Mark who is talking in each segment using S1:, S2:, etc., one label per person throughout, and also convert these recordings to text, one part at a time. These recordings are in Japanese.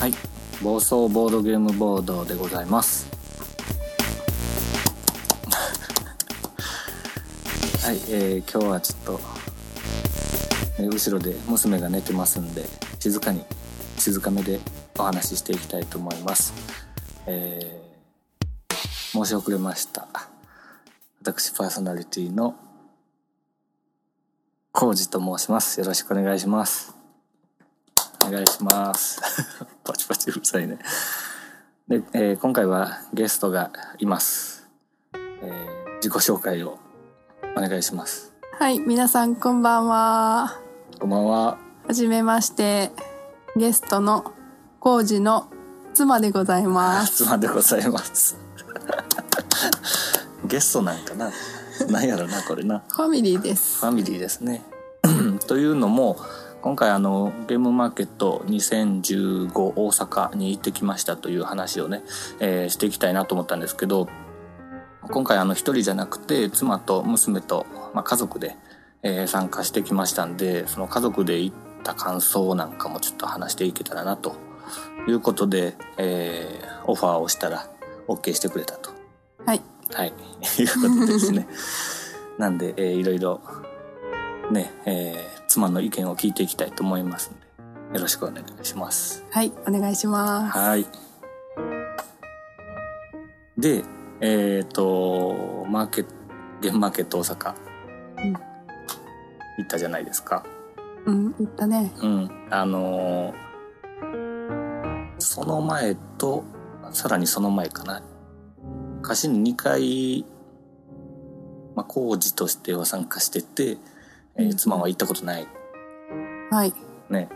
S1: はい、暴走ボードゲームボードでございます。 はい、えー今日はちょっと、えー後ろで娘が寝てますんで、静かに、静かめでお話ししていきたいと思います。えー申し遅れました。私パーソナリティのコウジと申します。よろしくお願いします。お願いします。 パチパチうるさいね。で、えー今回はゲストがいます。えー自己紹介をお願いします。
S2: はい、皆さんこんばんは。
S1: こんばんは。
S2: はじめまして。ゲストのコウジの妻でございます。
S1: 妻でござい ます。ゲストなんかな。なんやろな、これな。
S2: ファミリーです。
S1: ファミリーですね。 というのも今回あのゲームマーケット2015大阪に行ってきましたという話をね、えーしていきたいなと思ったんですけど今回あの一人じゃなくて妻と娘と、まあ、家族で、えー参加してきましたんでその家族で行った感想なんかもちょっと話していけたらなということで、えーオファーをしたら OK してくれたと
S2: はい、
S1: はい、 いうことですね。なんで、えーいろいろ、ね、えー妻の意見を聞いていきたいと思いますので、よろしくお願いします。
S2: はい、お願いします。
S1: はい。で、えっ、と、マーケット、ゲームマーケット大阪、
S2: うん
S1: 行ったじゃないですか。
S2: うん、言ったね。
S1: うん。あのーその前と、さらにその前かな。歌詞に2回、まあ、工事としては参加してて、えー
S2: うん
S1: 妻は行ったことない。
S2: はい、
S1: ね。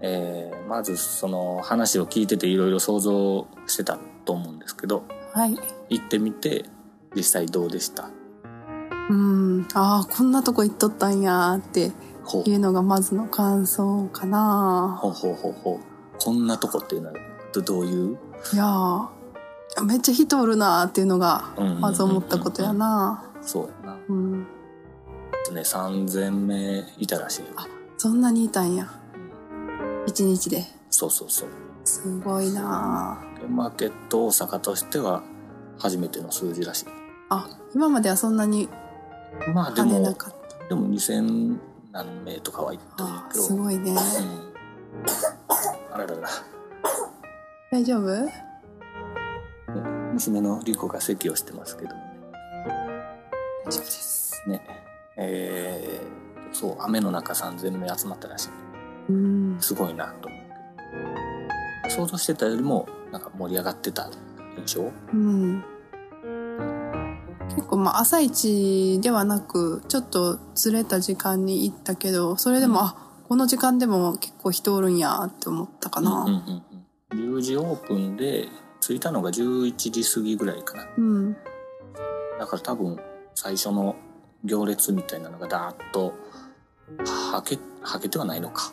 S1: えーまずその話を聞いてていろいろ想像してたと思うんですけど、
S2: はい。
S1: 行ってみて、実際どうでした
S2: うん、ああ、こんなとこ行っとったんやーって
S1: ほう
S2: いうのがまずの感想かな。
S1: ほうほうほうほう。こんなとこっていうのは、どどういう
S2: いやー、めっちゃ人おるなーっていうのが
S1: うんうんうんうん
S2: まず思ったことやな。
S1: そうやな。
S2: うん、
S1: ね、3000名いたらしいよ。
S2: そんなにいたんや。一日で。
S1: そうそうそう。
S2: すごいなー。
S1: マーケット大阪としては初めての数字らしい。
S2: あ今まではそんなに
S1: まあで
S2: 跳ね
S1: も
S2: な、かった
S1: でも2000何名とかは行ったんや
S2: あ
S1: けど。
S2: すごいね
S1: うんあららら。
S2: 大丈夫
S1: 娘のリコが席をしてますけど
S2: 大丈夫です
S1: ね。えー、そう、雨の中3000名集まったらしい。
S2: うん
S1: すごいなと思うけど。想像してたよりも、なんか盛り上がってた印象
S2: うん結構まあ朝一ではなくちょっとずれた時間に行ったけどそれでも、あこの時間でも結構人おるんやって思ったか
S1: うん
S2: な
S1: うんうん。10時オープンで、着いたのが11時過ぎぐらいかな。
S2: うん
S1: だから多分最初の行列みたいなのがダーッとはけはけてはないのか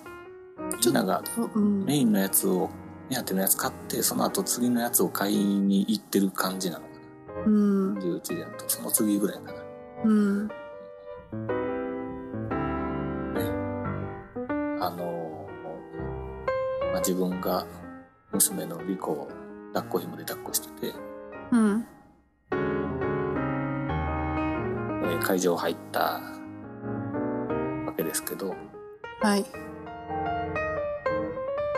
S1: み
S2: ちょっと
S1: んなが
S2: うん
S1: メインのやつを目当てのやつ買ってその後次のやつを買いに行ってる感じなのかな
S2: う
S1: ん11時だとその次ぐらいかな
S2: うん
S1: あのーまあ、自分が娘のリコを抱っこ紐で抱っこしてて、
S2: うん
S1: えー会場入ったわけですけど
S2: はい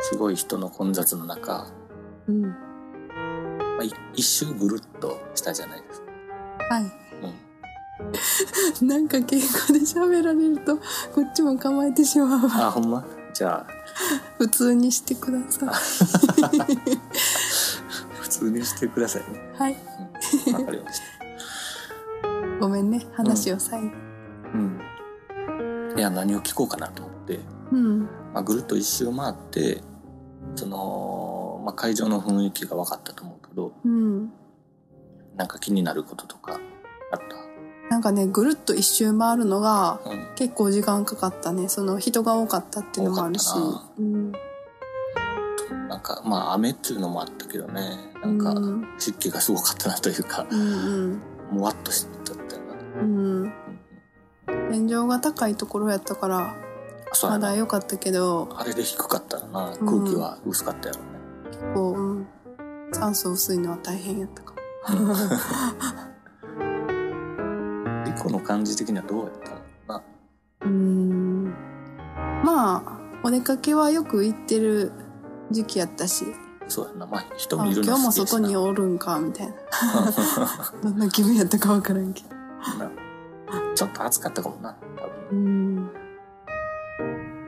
S1: すごい人の混雑の中
S2: うん
S1: まあ、い一周ぐるっとしたじゃないですか。
S2: は
S1: うん、
S2: いなんか敬語で喋られるとこっちも構えてしまうわ
S1: あ、ほんまじゃ
S2: 普通にしてください
S1: あ、普通にしてくださいね。
S2: はい
S1: うんわ、かりまし
S2: ごめんね話を最後、
S1: た。うん。いや何を聞こうかなと思って、
S2: うん
S1: まあ、ぐるっと一周回ってその、まあ、会場の雰囲気が分かったと思うけど
S2: うん
S1: なんか気になることとかあっ
S2: なんかねぐるっと一周回るのが
S1: た、うん
S2: 結構時間かかったねその人が多かったっていうのもあるし
S1: 多かっ
S2: うん
S1: なんかまあ雨っていうのもあったけどねなんか
S2: うん
S1: 湿気がすごかったなというか、
S2: うん
S1: もわっとしてたっていうか
S2: うんうん天井が高いところやったから
S1: そうや
S2: ま
S1: な
S2: だ良かったけど
S1: あれで低かったらな空
S2: うん
S1: 気は薄かったやろね、
S2: こう、うん、酸素薄いのは大変やったかも
S1: リコの感じ的にはどうやったのかな
S2: うーんまあお出かけはよく行ってる時期やったし
S1: そうやなまあ人
S2: あ
S1: 見
S2: 今
S1: る
S2: 日
S1: の
S2: も
S1: 好きやし
S2: 外
S1: な
S2: におるんかみたいな どんな気分やったか分からんけど
S1: ちょっと暑かったかもな多分
S2: うん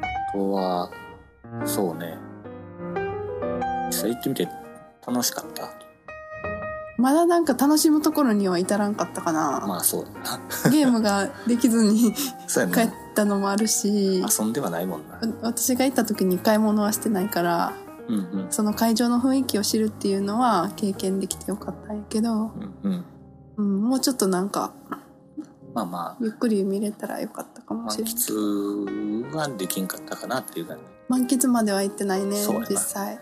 S1: あとはそうね実際行ってみて楽しかった
S2: まだなんか楽しむところには至らんかったかな、
S1: まあそうやな
S2: ゲームができずに
S1: そうや
S2: 帰っ
S1: ね
S2: たのもあるし
S1: 遊んではないもんな
S2: わ私が行った時に買い物はしてないから
S1: うんうん
S2: その会場の雰囲気を知るっていうのは経験できてよかったんやけど、
S1: うんうん
S2: うん、もうちょっとなんか
S1: まあま
S2: ゆっくり見れたらよかったか
S1: あ
S2: も
S1: 満
S2: しれない
S1: 喫はできんかったかなっていう感
S2: 満喫までは行ってないね
S1: そうやな
S2: 実際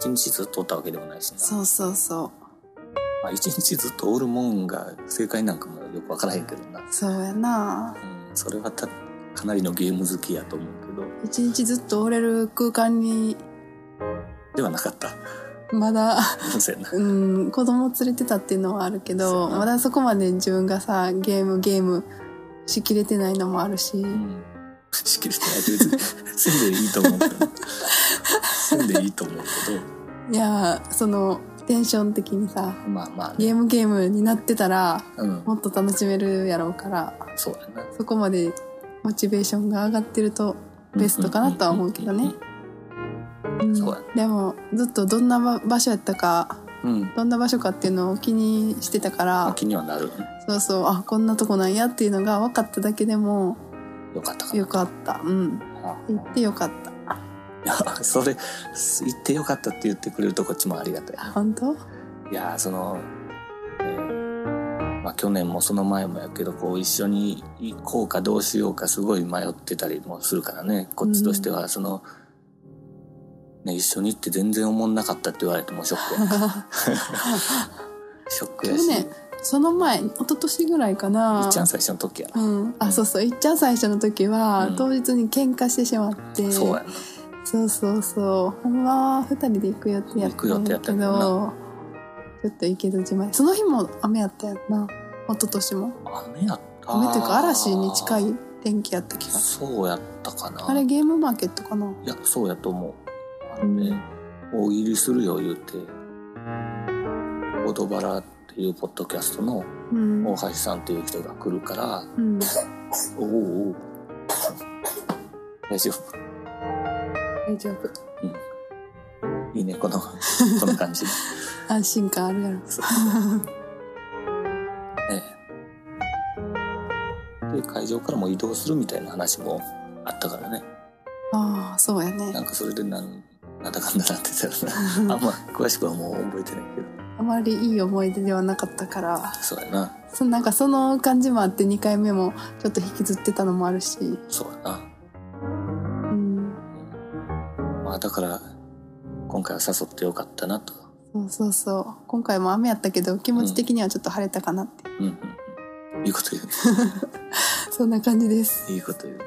S1: じ一日ずっとおったわけでもないしな
S2: そうそうそ
S1: まあ、一日ずっとおるもんが正解なんかもよくわからへんけどな
S2: うそうやな
S1: うんそれはたかなりのゲーム好きやと思うけど
S2: 一日ずっと折れる空間に
S1: ではなかった
S2: まだ、
S1: そうやな
S2: うん、子供連れてたっていうのはあるけ
S1: そう
S2: ど
S1: やな
S2: まだそこまで自分がさゲームゲームしきれてないのもあるし、
S1: うん仕切れてない別に住んでいいと思うけど住んでいいと思うけ
S2: いやーそのテンション的にさ
S1: どまあまあね
S2: ゲームゲームになってたら
S1: うん
S2: もっと楽しめるやろうから
S1: そうやな
S2: そこまでモチベーションが上がってるとベストかなとは思うけどねうん
S1: そうや
S2: でもずっとどんな場場所やったか
S1: うん、うん
S2: どんな場所かっていうのを気にしてたか
S1: まあ
S2: ら
S1: 気にはなる
S2: そうそうあこんなとこなんやっていうのが分かっただけでも
S1: よかったかな
S2: よかったうん行ってよかった
S1: いやそれ行ってよかったって言ってくれるとこっちもありがたい
S2: あ本当
S1: いやーその、えーまあ、去年もその前もやけどこう一緒に行こうかどうしようかすごい迷ってたりもするからねこっちとしてはその、ね、一緒に行って全然思んなかったって言われてもショックやんか ショック
S2: 去
S1: やしい
S2: 年その前一昨年ぐらいかな
S1: っちゃん最初の時やな、
S2: うん、あそうそういっちゃん最初の時は、
S1: うん
S2: 当日に喧嘩してしまって
S1: そうやな
S2: そうそうそうほんまは2人で行く予定やったんや
S1: 行く予定やっ
S2: け
S1: たんや
S2: どちょっと行けずじまいその日も雨やったやんな一昨年も
S1: 雨やった
S2: 雨っていうか嵐に近い天気やった気がす
S1: そうやったか
S2: る
S1: な
S2: あれゲームマーケットかない
S1: やそうやと思う、
S2: うん
S1: で大喜利するよ言うて「ボドバラ」っていうポッドキャストの
S2: うん
S1: 大橋さんっていう人が来るから
S2: うん
S1: 「おうおう大丈夫
S2: 大丈夫
S1: いいねこ のこの感じ
S2: 安心感あるやろ
S1: そうそうええで会場からも移動するみたいな話もあったからね
S2: ああそうやね
S1: なんかそれでなんなんだかんだなってた らなあんま詳しくはもう覚えてないけど
S2: あまりいい思い出ではなかったから
S1: そうやな
S2: そなんかその感じもあって2回目もちょっと引きずってたのもあるし
S1: そうやな
S2: うん
S1: まあだから今回は誘ってよかったなと。
S2: そうそうそう今回も雨やったけど気持ち的にはちょっと晴れたかなって、
S1: うんうんうん。いいこと言う ね。
S2: そんな感じです
S1: いいこと言うな。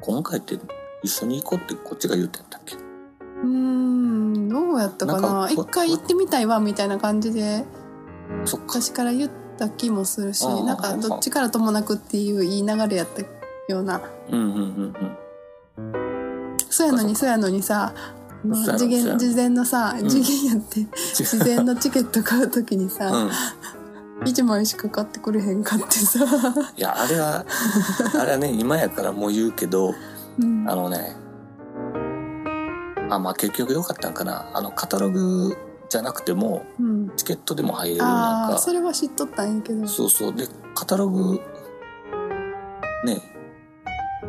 S1: 今回って一緒に行こうってこっちが言うてんだっけ
S2: うーんどうやったか
S1: なん
S2: な
S1: か
S2: 一回行ってみたいわみたいな感じで
S1: そっか。
S2: 昔から言った気もするし
S1: あー
S2: なんかどっちからともなくっていう言い流れやったような
S1: うんうんうん
S2: そうやの
S1: そう
S2: に
S1: か
S2: そうやのにさあの
S1: そうやろ
S2: 次
S1: そうや
S2: 元
S1: ろ
S2: 事前のさ
S1: うん
S2: 次元や って、事前のチケット買う時に
S1: うん。
S2: さ、
S1: うん。
S2: 一1枚しか買ってくれへんかってさ、
S1: いや、あれは、あれはね、今やからもう言うけど、
S2: うん
S1: あのね、あ、まあ結局良かったんかな。あの、カタログじゃなくても、
S2: うん、
S1: チケットでも入れるなん
S2: あ
S1: か
S2: あ。それは知っとったんやけど
S1: そうそう。で、カタログ、ね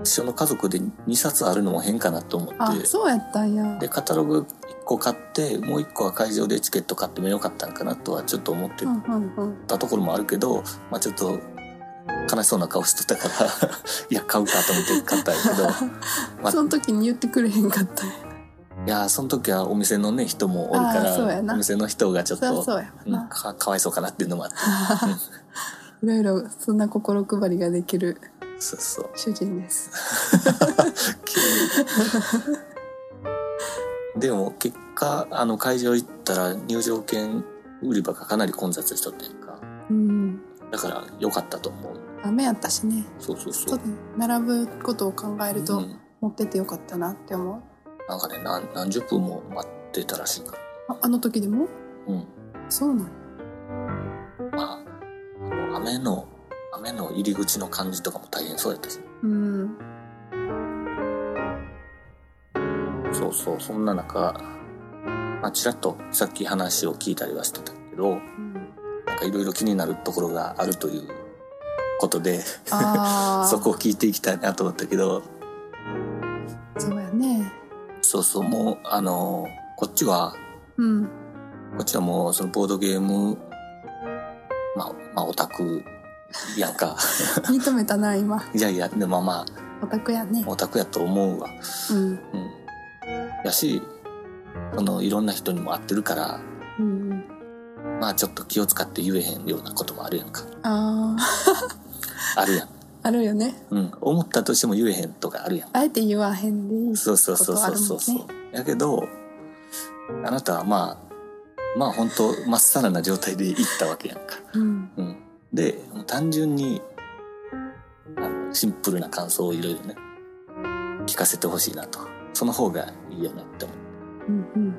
S1: 一緒の家族で2冊あるのも変かなと思
S2: あ
S1: っ、て
S2: そうやったんや。
S1: でカタログ1個買ってもう1個は会場でチケット買ってもよかったんかなとはちょっと思って
S2: うんうんうん。
S1: たところもあるけど、まあ、ちょっと悲しそうな顔しとったから いや買うかと思って買ったんやけど まあ
S2: その時に言ってくれへんかったんや。
S1: いやその時はお店のね人もおるか
S2: あーそうやな
S1: らお店の人がちょっ
S2: そりゃ
S1: と
S2: そうやわ
S1: うん
S2: な。
S1: かかわいそうかなっていうのもあって
S2: いろいろそんな心配りができる
S1: そうそう
S2: 主人です。
S1: 急にでも結果あの会場行ったら入場券売り場がかなり混雑しとってんか
S2: うん。
S1: だから良かったと思う
S2: 雨やったしね。
S1: そうそう
S2: ち
S1: そ
S2: ょ
S1: う
S2: っと並ぶことを考える
S1: う
S2: と
S1: ん、
S2: 持っててよかったなって思う。
S1: なんかね何何十分も待ってたらしいから
S2: ああの時でも
S1: うん
S2: そうなの。
S1: まあ、あの雨の、雨の入り口の感じとかも大変そうやったし。
S2: うん。
S1: そうそう、そんな中、まあ、ちらっとさっき話を聞いたりはしてたけど、
S2: うん
S1: なんかいろいろ気になるところがあるということで、
S2: ああ。
S1: そこを聞いていきたいなと思ったけど、
S2: そうやね。
S1: そうそう、もう、あの、こっちは、
S2: うん。
S1: こっちはもう、そのボードゲーム、まあ、まあ、オタク、やんか。
S2: 認めたな、今。
S1: いやいや、でもまあま
S2: オタクやね
S1: あ、。オタクやと思うわ。
S2: うん。
S1: うん、やしそのいろんな人にも会ってるから
S2: うんうん。
S1: まあちょっと気を使って言えへんようなこともあるやんか
S2: ああ。
S1: あるやん、
S2: あるよね。
S1: うん、思ったとしても言えへんとかあるやん
S2: あえて言わへんでいい。
S1: そうそうそうそうそうそう、
S2: こと
S1: やけどあなたはまあまあ本当まっさらな状態で行ったわけやんか、
S2: うん。
S1: うん、でもう単純にあのシンプルな感想をいろいろね聞かせてほしいなとその方がいいよねって思う
S2: うんうん。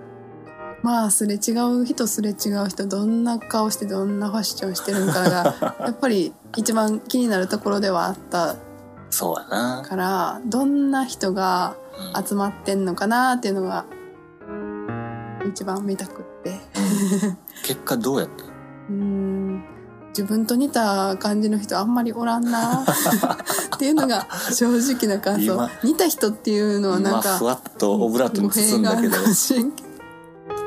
S2: まあ、すれ違う人すれ違う人、どんな顔してどんなファッションしてるん かが、やっぱり一番気になるところではあった
S1: そうやな、
S2: から、どんな人が
S1: うん
S2: 集まってんのかなっていうのが、一番見たくって。
S1: 結果どうやった
S2: うーん自分と似た感じの人あんまりおら んなっていうのが正直な感想
S1: 今
S2: 似た人っていうのはなん
S1: まあ、ふ
S2: か
S1: わっとオブラートに
S2: 語弊
S1: 包ん
S2: があ
S1: だけ
S2: る
S1: ど
S2: かもしれんけ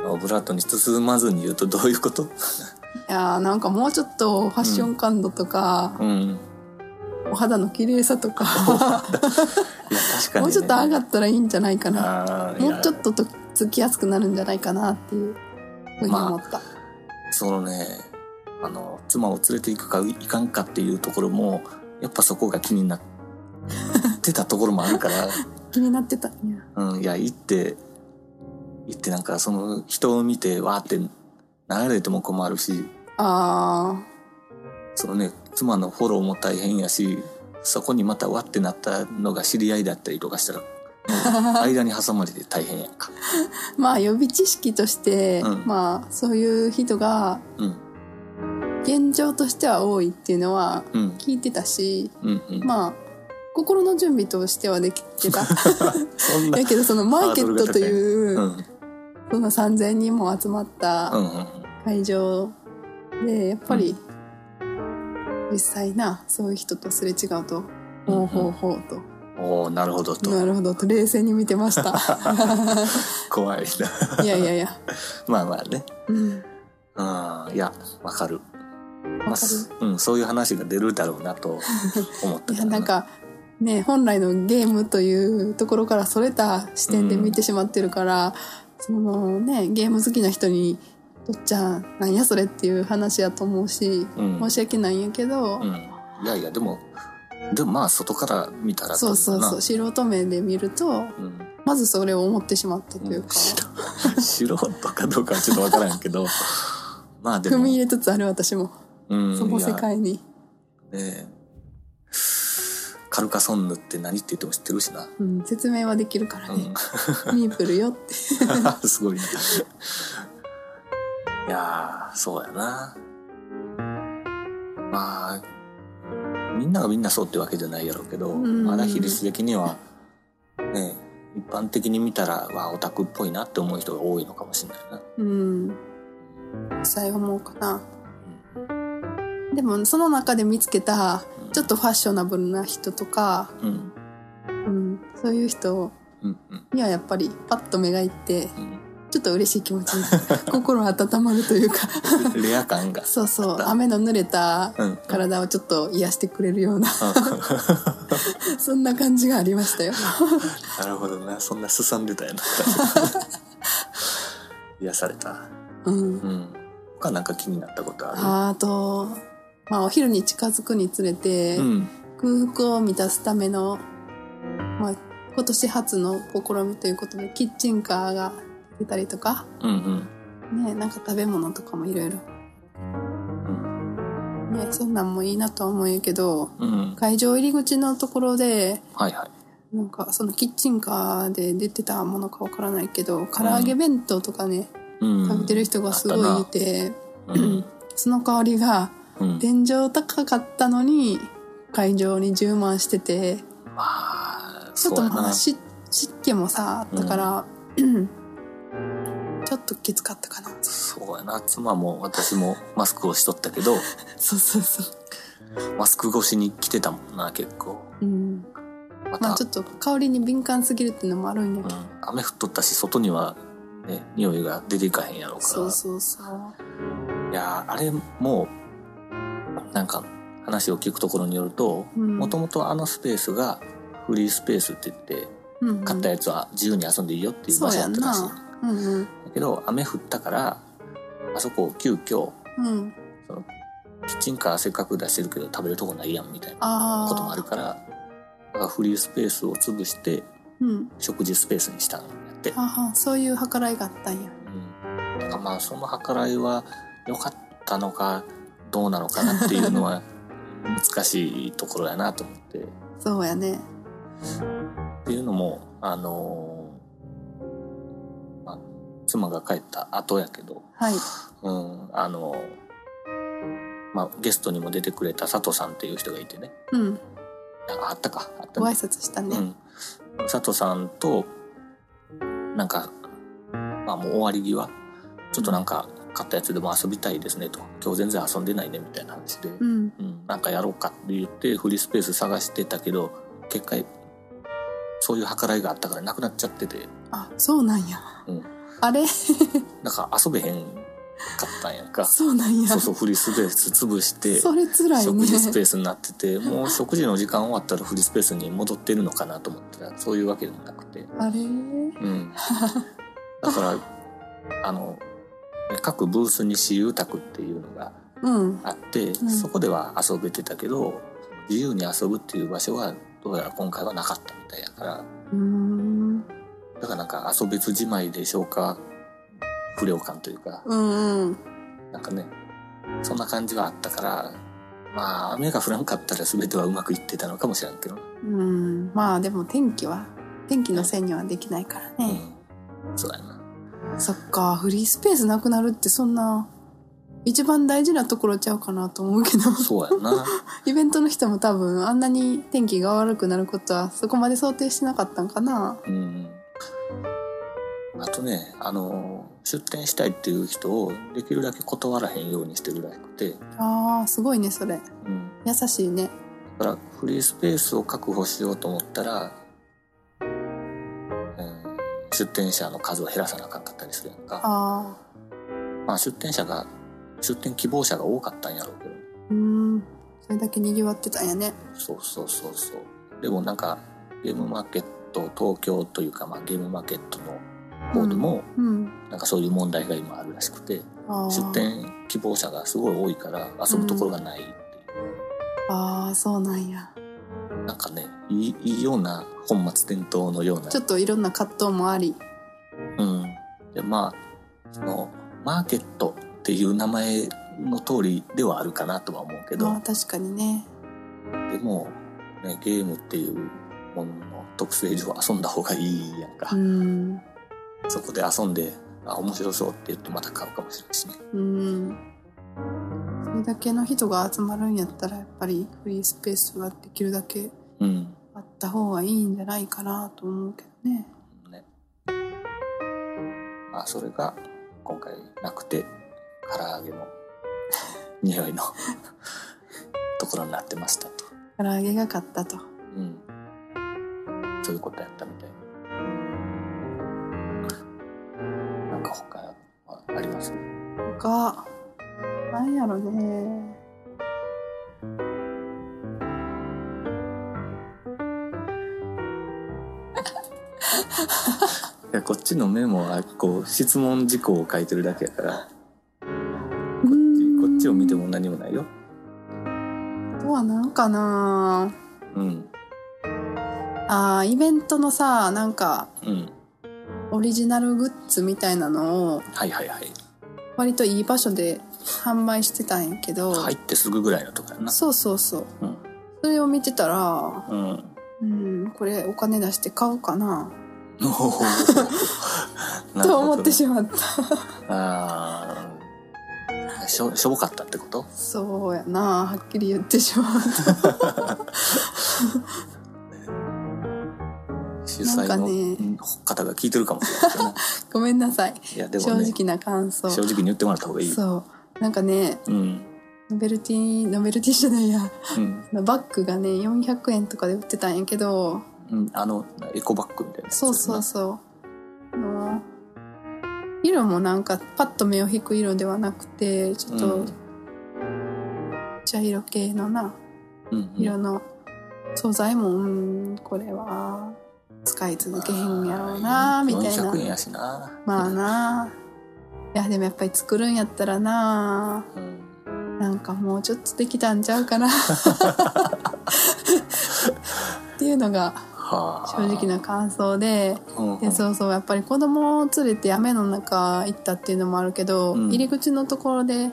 S2: ど
S1: オブラートに包まずに言うとどういうこと
S2: いやーなんかもうちょっとファッション感度とか、
S1: うんいや
S2: お肌の綺麗さとか、
S1: 確かに、ね、
S2: もうちょっと上がったらいいんじゃないかな
S1: あーい
S2: も
S1: や
S2: うちょっととつきやすくなるんじゃないかなっていうふうに思った、
S1: そのねあの妻を連れて行くか行かんかっていうところもやっぱそこが気になってたところもあるから、
S2: 気になってたいや
S1: うん、いや行って行ってなんかその人を見てわーってなられても困るし
S2: あ
S1: そのね妻のフォローも大変やしそこにまたわってなったのが知り合いだったりとかしたらもう 間に挟まれて大変やんか。
S2: ーまあ予備知識として、
S1: うん
S2: まあそういう人が
S1: うん
S2: 現状としては多いっていうのは
S1: うん
S2: 聞いてたし
S1: うんうん
S2: まあ心の準備としてはでき てた
S1: そんな
S2: やけどそのマーケットという、
S1: うんうん
S2: その3,000人も集まった
S1: うん
S2: 会場でやっぱり実際なそういう人とすれ違うと「
S1: うん
S2: ほうほうほう」と
S1: おーなるほど
S2: 「な
S1: と
S2: るほど」と冷静に見てました
S1: 怖いな
S2: いやいやいや、
S1: まあまあね
S2: うん、
S1: うんいやわかる
S2: わ
S1: ま
S2: かる
S1: あうんそういう話が出るだろうなと思った
S2: いやなんかね本来のゲームというところからそれた視点で見てしまってるから、そのねゲーム好きな人にとっちゃなんやそれっていう話やと思うし
S1: うん
S2: 申し訳ないんやけ
S1: う
S2: ど、
S1: んいやいやでもでもまあ外から見たら
S2: そうそうそ
S1: そ
S2: う素人目で見ると
S1: う、うん
S2: まずそれを思ってしまったというか、
S1: うん素人かどうかはちょっとわからんやけど まあ でも
S2: 踏み入れつつある私も
S1: うん
S2: その世界に、
S1: いやねえカルカソンヌって何って言っても知ってるしな、
S2: うん、説明はできるから
S1: う
S2: ね
S1: ん、
S2: 「ミープルよ」って
S1: すごいな。いやー、そうやな。まあ、みんながみんなそうってわけじゃないやろうけど、
S2: ん
S1: まだ比率的には、ね、一般的に見たら、わあ、オタクっぽいなって思う人が多いのかもしれないな。
S2: うん実際思うかなでもその中で見つけたちょっとファッショナブルな人とか、
S1: うん
S2: うん、そういう人
S1: うんうん
S2: にはやっぱりパッと目がいって
S1: うん
S2: ちょっと嬉しい気持 ちに心温まるというか
S1: レア感が
S2: そうそう 雨の濡れた
S1: うん
S2: 体をちょっと癒してくれるようなそんな感じがありましたよ。
S1: なるほどなそんなすさんでたやな癒された
S2: うん
S1: うん他なんか気になったことあ
S2: あーあと、まあ、お昼に近づくにつれて、
S1: るうん
S2: 空腹を満たすための、まあ、今年初の試みということでキッチンカーが出たりとか、
S1: うん
S2: ね、なんか食べ物とかもいろいろ、
S1: うん
S2: ね、そんなんもいいなとは思うけど
S1: うんうん
S2: 会場入り口のところで
S1: はいはい
S2: なんかそのキッチンカーで出てたものかわからないけど唐揚げ弁当とかね、食べてる人がすごいいて、
S1: うん
S2: その香りが
S1: うん
S2: 天井高かったのに会場に充満してて
S1: まあ
S2: ちょ
S1: そ
S2: っと
S1: うや
S2: ま
S1: な
S2: あし湿気もさあったから、 ちょっときつかったかな
S1: そうやな妻も私もマスクをしとったけど
S2: そうそうそう、
S1: マスク越しに来てたもんな結構
S2: うん、
S1: また、
S2: まあちょっと香りに敏感すぎるっていうのもあるんやけど、
S1: うん、雨降っとったし外にはね匂いが出ていかへんやろうから
S2: そうそうそう
S1: いやーあれもうなんか話を聞くところによると
S2: うん
S1: もともとあのスペースがフリースペースって言って
S2: うんうん
S1: 買ったやつは自由に遊んでいいよっていう
S2: そ
S1: 場
S2: う
S1: 所
S2: や
S1: だっ
S2: ん
S1: たらしいだ
S2: なうんうん
S1: けど雨降ったからあそこを急遽
S2: うん
S1: キッチンカーせっかく出してるけど食べるとこないやんみたいな
S2: ああ
S1: こともあるからだからフリースペースを潰して
S2: うん
S1: 食事スペースにしたんやって、うん、
S2: ああそういう計らいがあったんや
S1: だからまあその計らいは良かったのかどうなのかなっていうの は難しいところやなと思ってっ
S2: そうやね
S1: ていうのもあのーまあ、妻が帰った後やけど、
S2: はい
S1: うん、あのーまあ、ゲストにも出てくれた佐藤さんっていう人がいてね
S2: うん
S1: ああったかあった
S2: ご
S1: ね
S2: 挨拶したね、
S1: うん、佐藤さんとなんか、まあ、もう終わり際ちょっとなんか買ったやつでも遊びたいですねと今日全然遊んでないねみたいな話で、
S2: う
S1: うん
S2: ん
S1: なんかやろうかって言ってフリースペース探してたけど結果そういう計らいがあったからなくなっちゃってて、
S2: あそうなんや
S1: うん、
S2: あれ
S1: なんか遊べへんかったんやんか
S2: そうなんや
S1: そうそうフリースペース潰 して
S2: それ辛い
S1: 食
S2: ね
S1: 事スペースになっててもう食事の時間終わったらフリースペースに戻ってるのかなと思ったらそういうわけでもなくて。
S2: あれ
S1: うん、だからあの各ブースに私有宅っていうのが
S2: うん
S1: あって、
S2: ん
S1: そこでは遊べてたけど自由に遊ぶっていう場所はどうやら今回はなかったみたいやから
S2: うーん
S1: だからなんか遊べずじまいでしょうか不良感というか、
S2: うんうん
S1: なんかねそんな感じはあったからまあ雨が降らんかったら全てはうまくいってたのかもしれんけど、
S2: うんまあでも天気は天気のせいにはできないからね、
S1: うん、そうやな
S2: そっかフリースペースなくなるってそんな一番大事なところちゃうかなと思うけど
S1: そうやな
S2: イベントの人も多分あんなに天気が悪くなることはそこまで想定してなかったんかな
S1: うんあとね、あの出店したいっていう人をできるだけ断らへんようにしてるらしくて、
S2: あーすごいねそれ
S1: うん、
S2: 優しいね
S1: だからフリースペースを確保しようと思ったら、うん、出店者の数を減らさなあかんかったりするやんか
S2: ああ
S1: まあ、出店者が出店希望者が多かったんやろうけど
S2: うんそれだけ賑わってたんやね
S1: そうそうそうそうでもなんかゲームマーケット東京というか、まあ、ゲームマーケットの方でも、
S2: うん
S1: なんかそういう問題が今あるらしくて。
S2: あー
S1: 出店希望者がすごい多いから遊ぶところがないって
S2: ああそうなんや
S1: いう、なんかねいいいいような本末転倒のような
S2: ちょっといろんな葛藤もあり
S1: うん、でまあそのマーケットっていう名前の通りではあるかなとは思うけど、
S2: まあ確かにね
S1: でも、ね、ゲームっていうものの特性上遊んだ方がいいやんか、
S2: うん
S1: そこで遊んであ面白そうって言ってまた買うかもしれないしね
S2: うんそれだけの人が集まるんやったらやっぱりフリースペースはできるだけ
S1: うん
S2: あった方がいいんじゃないかなと思うけどね
S1: ねまあそれが今回なくて唐揚げの 匂いの ところになってましたと。
S2: 唐揚げが買ったと。
S1: うん。そういうことやったみたいな。なんか他はあります
S2: 他、なんやろね。
S1: いや、こっちのメモは、こう、質問事項を書いてるだけやから、
S2: こ
S1: こっちを見ても何もないよ。
S2: あとはなんかな
S1: うん。
S2: あーイベントのさ、なんか、
S1: うん。
S2: オリジナルグッズみたいなのを、
S1: はいはいはい。
S2: 割といい場所で販売してたんやけど、
S1: 入ってすぐぐらいのとかやな。
S2: そうそうそう。
S1: うん。
S2: それを見てたら、
S1: うん。
S2: うん、これお金出して買おうかな、
S1: おー なる
S2: と
S1: ほど
S2: 思ってしまった。
S1: ああ。しょ、しょぼかったってこと
S2: そうやなはっきり言ってしまう。
S1: 主催の、
S2: なん
S1: 方が聞いてるかもしれないけど ね。
S2: ごめんなさい。
S1: いや、でも
S2: 正
S1: ね、
S2: 直な感想。
S1: 正直に言ってもらった方がいい。
S2: そう。なんかね、
S1: うん。
S2: ノベルティ、ノベルティじゃないや。
S1: うん。
S2: あのバッグがね、400円とかで売ってたんやけど、
S1: うん。あの、エコバッグみたいなやつ
S2: そうそうそう。あの、色もなんかパッと目を引く色ではなくて、ちょっ
S1: う
S2: と
S1: ん
S2: 茶色系のな、
S1: うんうん
S2: 色の素材も、うん、これは使い続けへんやろうな、みたいな。
S1: 400円やしな。
S2: まあなあいやでもやっぱり作るんやったらな
S1: うん。
S2: あなんかもうちょっとできたんちゃうか なっていうのが
S1: はあ。
S2: 正直な感想で
S1: うんうん。
S2: でそうそうやっぱり子供を連れて雨の中行ったっていうのもあるけど、
S1: うん
S2: 入り口のところで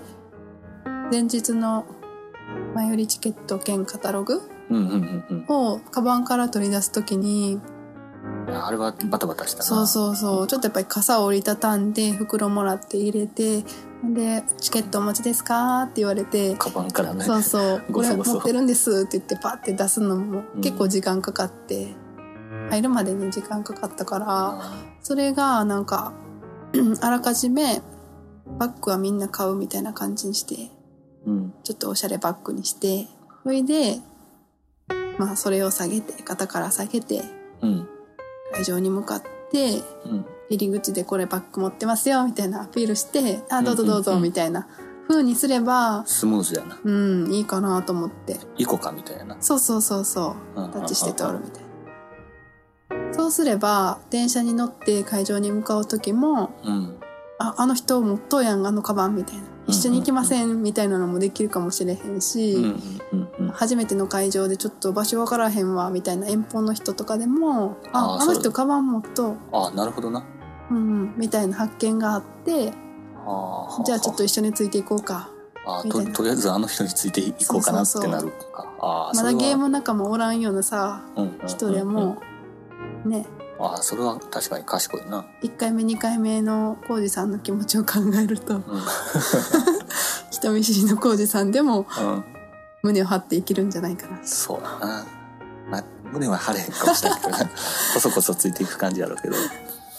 S2: 前日の前売りチケット兼カタログ
S1: うんうんうん
S2: をカバンから取り出す時に
S1: うん。あれはバタバタしたな。
S2: そうそうそうちょっとやっぱり傘を折りたたんで袋もらって入れてで「チケットお持ちですか?」って言われて
S1: カバンから
S2: 「
S1: ね。
S2: そうそうこ
S1: ごそ
S2: れ
S1: ごそ
S2: 持ってるんです」って言ってパッて出すのも
S1: うん
S2: 結構時間かかって、入るまでに時間かかったから
S1: あ
S2: それがなんか うんあらかじめバッグはみんな買うみたいな感じにして
S1: ーうん。
S2: ちょっとおしゃれバッグにしてそれでまあそれを下げて肩から下げて
S1: うん。
S2: 会場に向かって。
S1: うん。
S2: 入り口でこれバッグ持ってますよみたいなアピールしてあどうぞ
S1: うんうん
S2: ど
S1: うん
S2: うぞみたいな風にすれば
S1: スムーズやな。
S2: うんいいかなと思って
S1: イコカみたいやな。
S2: そうそうそうそ
S1: うんうんうん
S2: うタッチして通るみたいなそうすれば電車に乗って会場に向かう時も
S1: うん。
S2: ああの人持っとうやんあのカバンみたいな一緒に行きませんみたいなのもできるかもしれへんし、
S1: うんうんうん
S2: 初めての会場でちょっと場所わからへんわみたいな遠方の人とかでもあ
S1: あー
S2: あの
S1: そ
S2: 人
S1: う
S2: カバン持っとう、
S1: ああ、なるほどな。
S2: うんうん、みたいな発見があって
S1: ああ
S2: じゃあちょっと一緒についていこうか。
S1: ああ
S2: みた
S1: と
S2: いな
S1: とりあえずあの人についていこうかなって
S2: そうそう
S1: な
S2: そ
S1: るかああ
S2: ま
S1: それ
S2: だ
S1: は
S2: ゲーム仲間おらんようなさ、
S1: うんうんうんうん
S2: 人でも、ね、
S1: ああそれは確かに賢いな、
S2: 1回目2回目のコウジさんの気持ちを考えると、
S1: うん
S2: 人見知りのコウジさんでも
S1: うん、
S2: 胸を張っていけるんじゃないかな。
S1: そうだな、まあ、胸は張れへんかもしれんけどね こそこそついていく感じやろうけど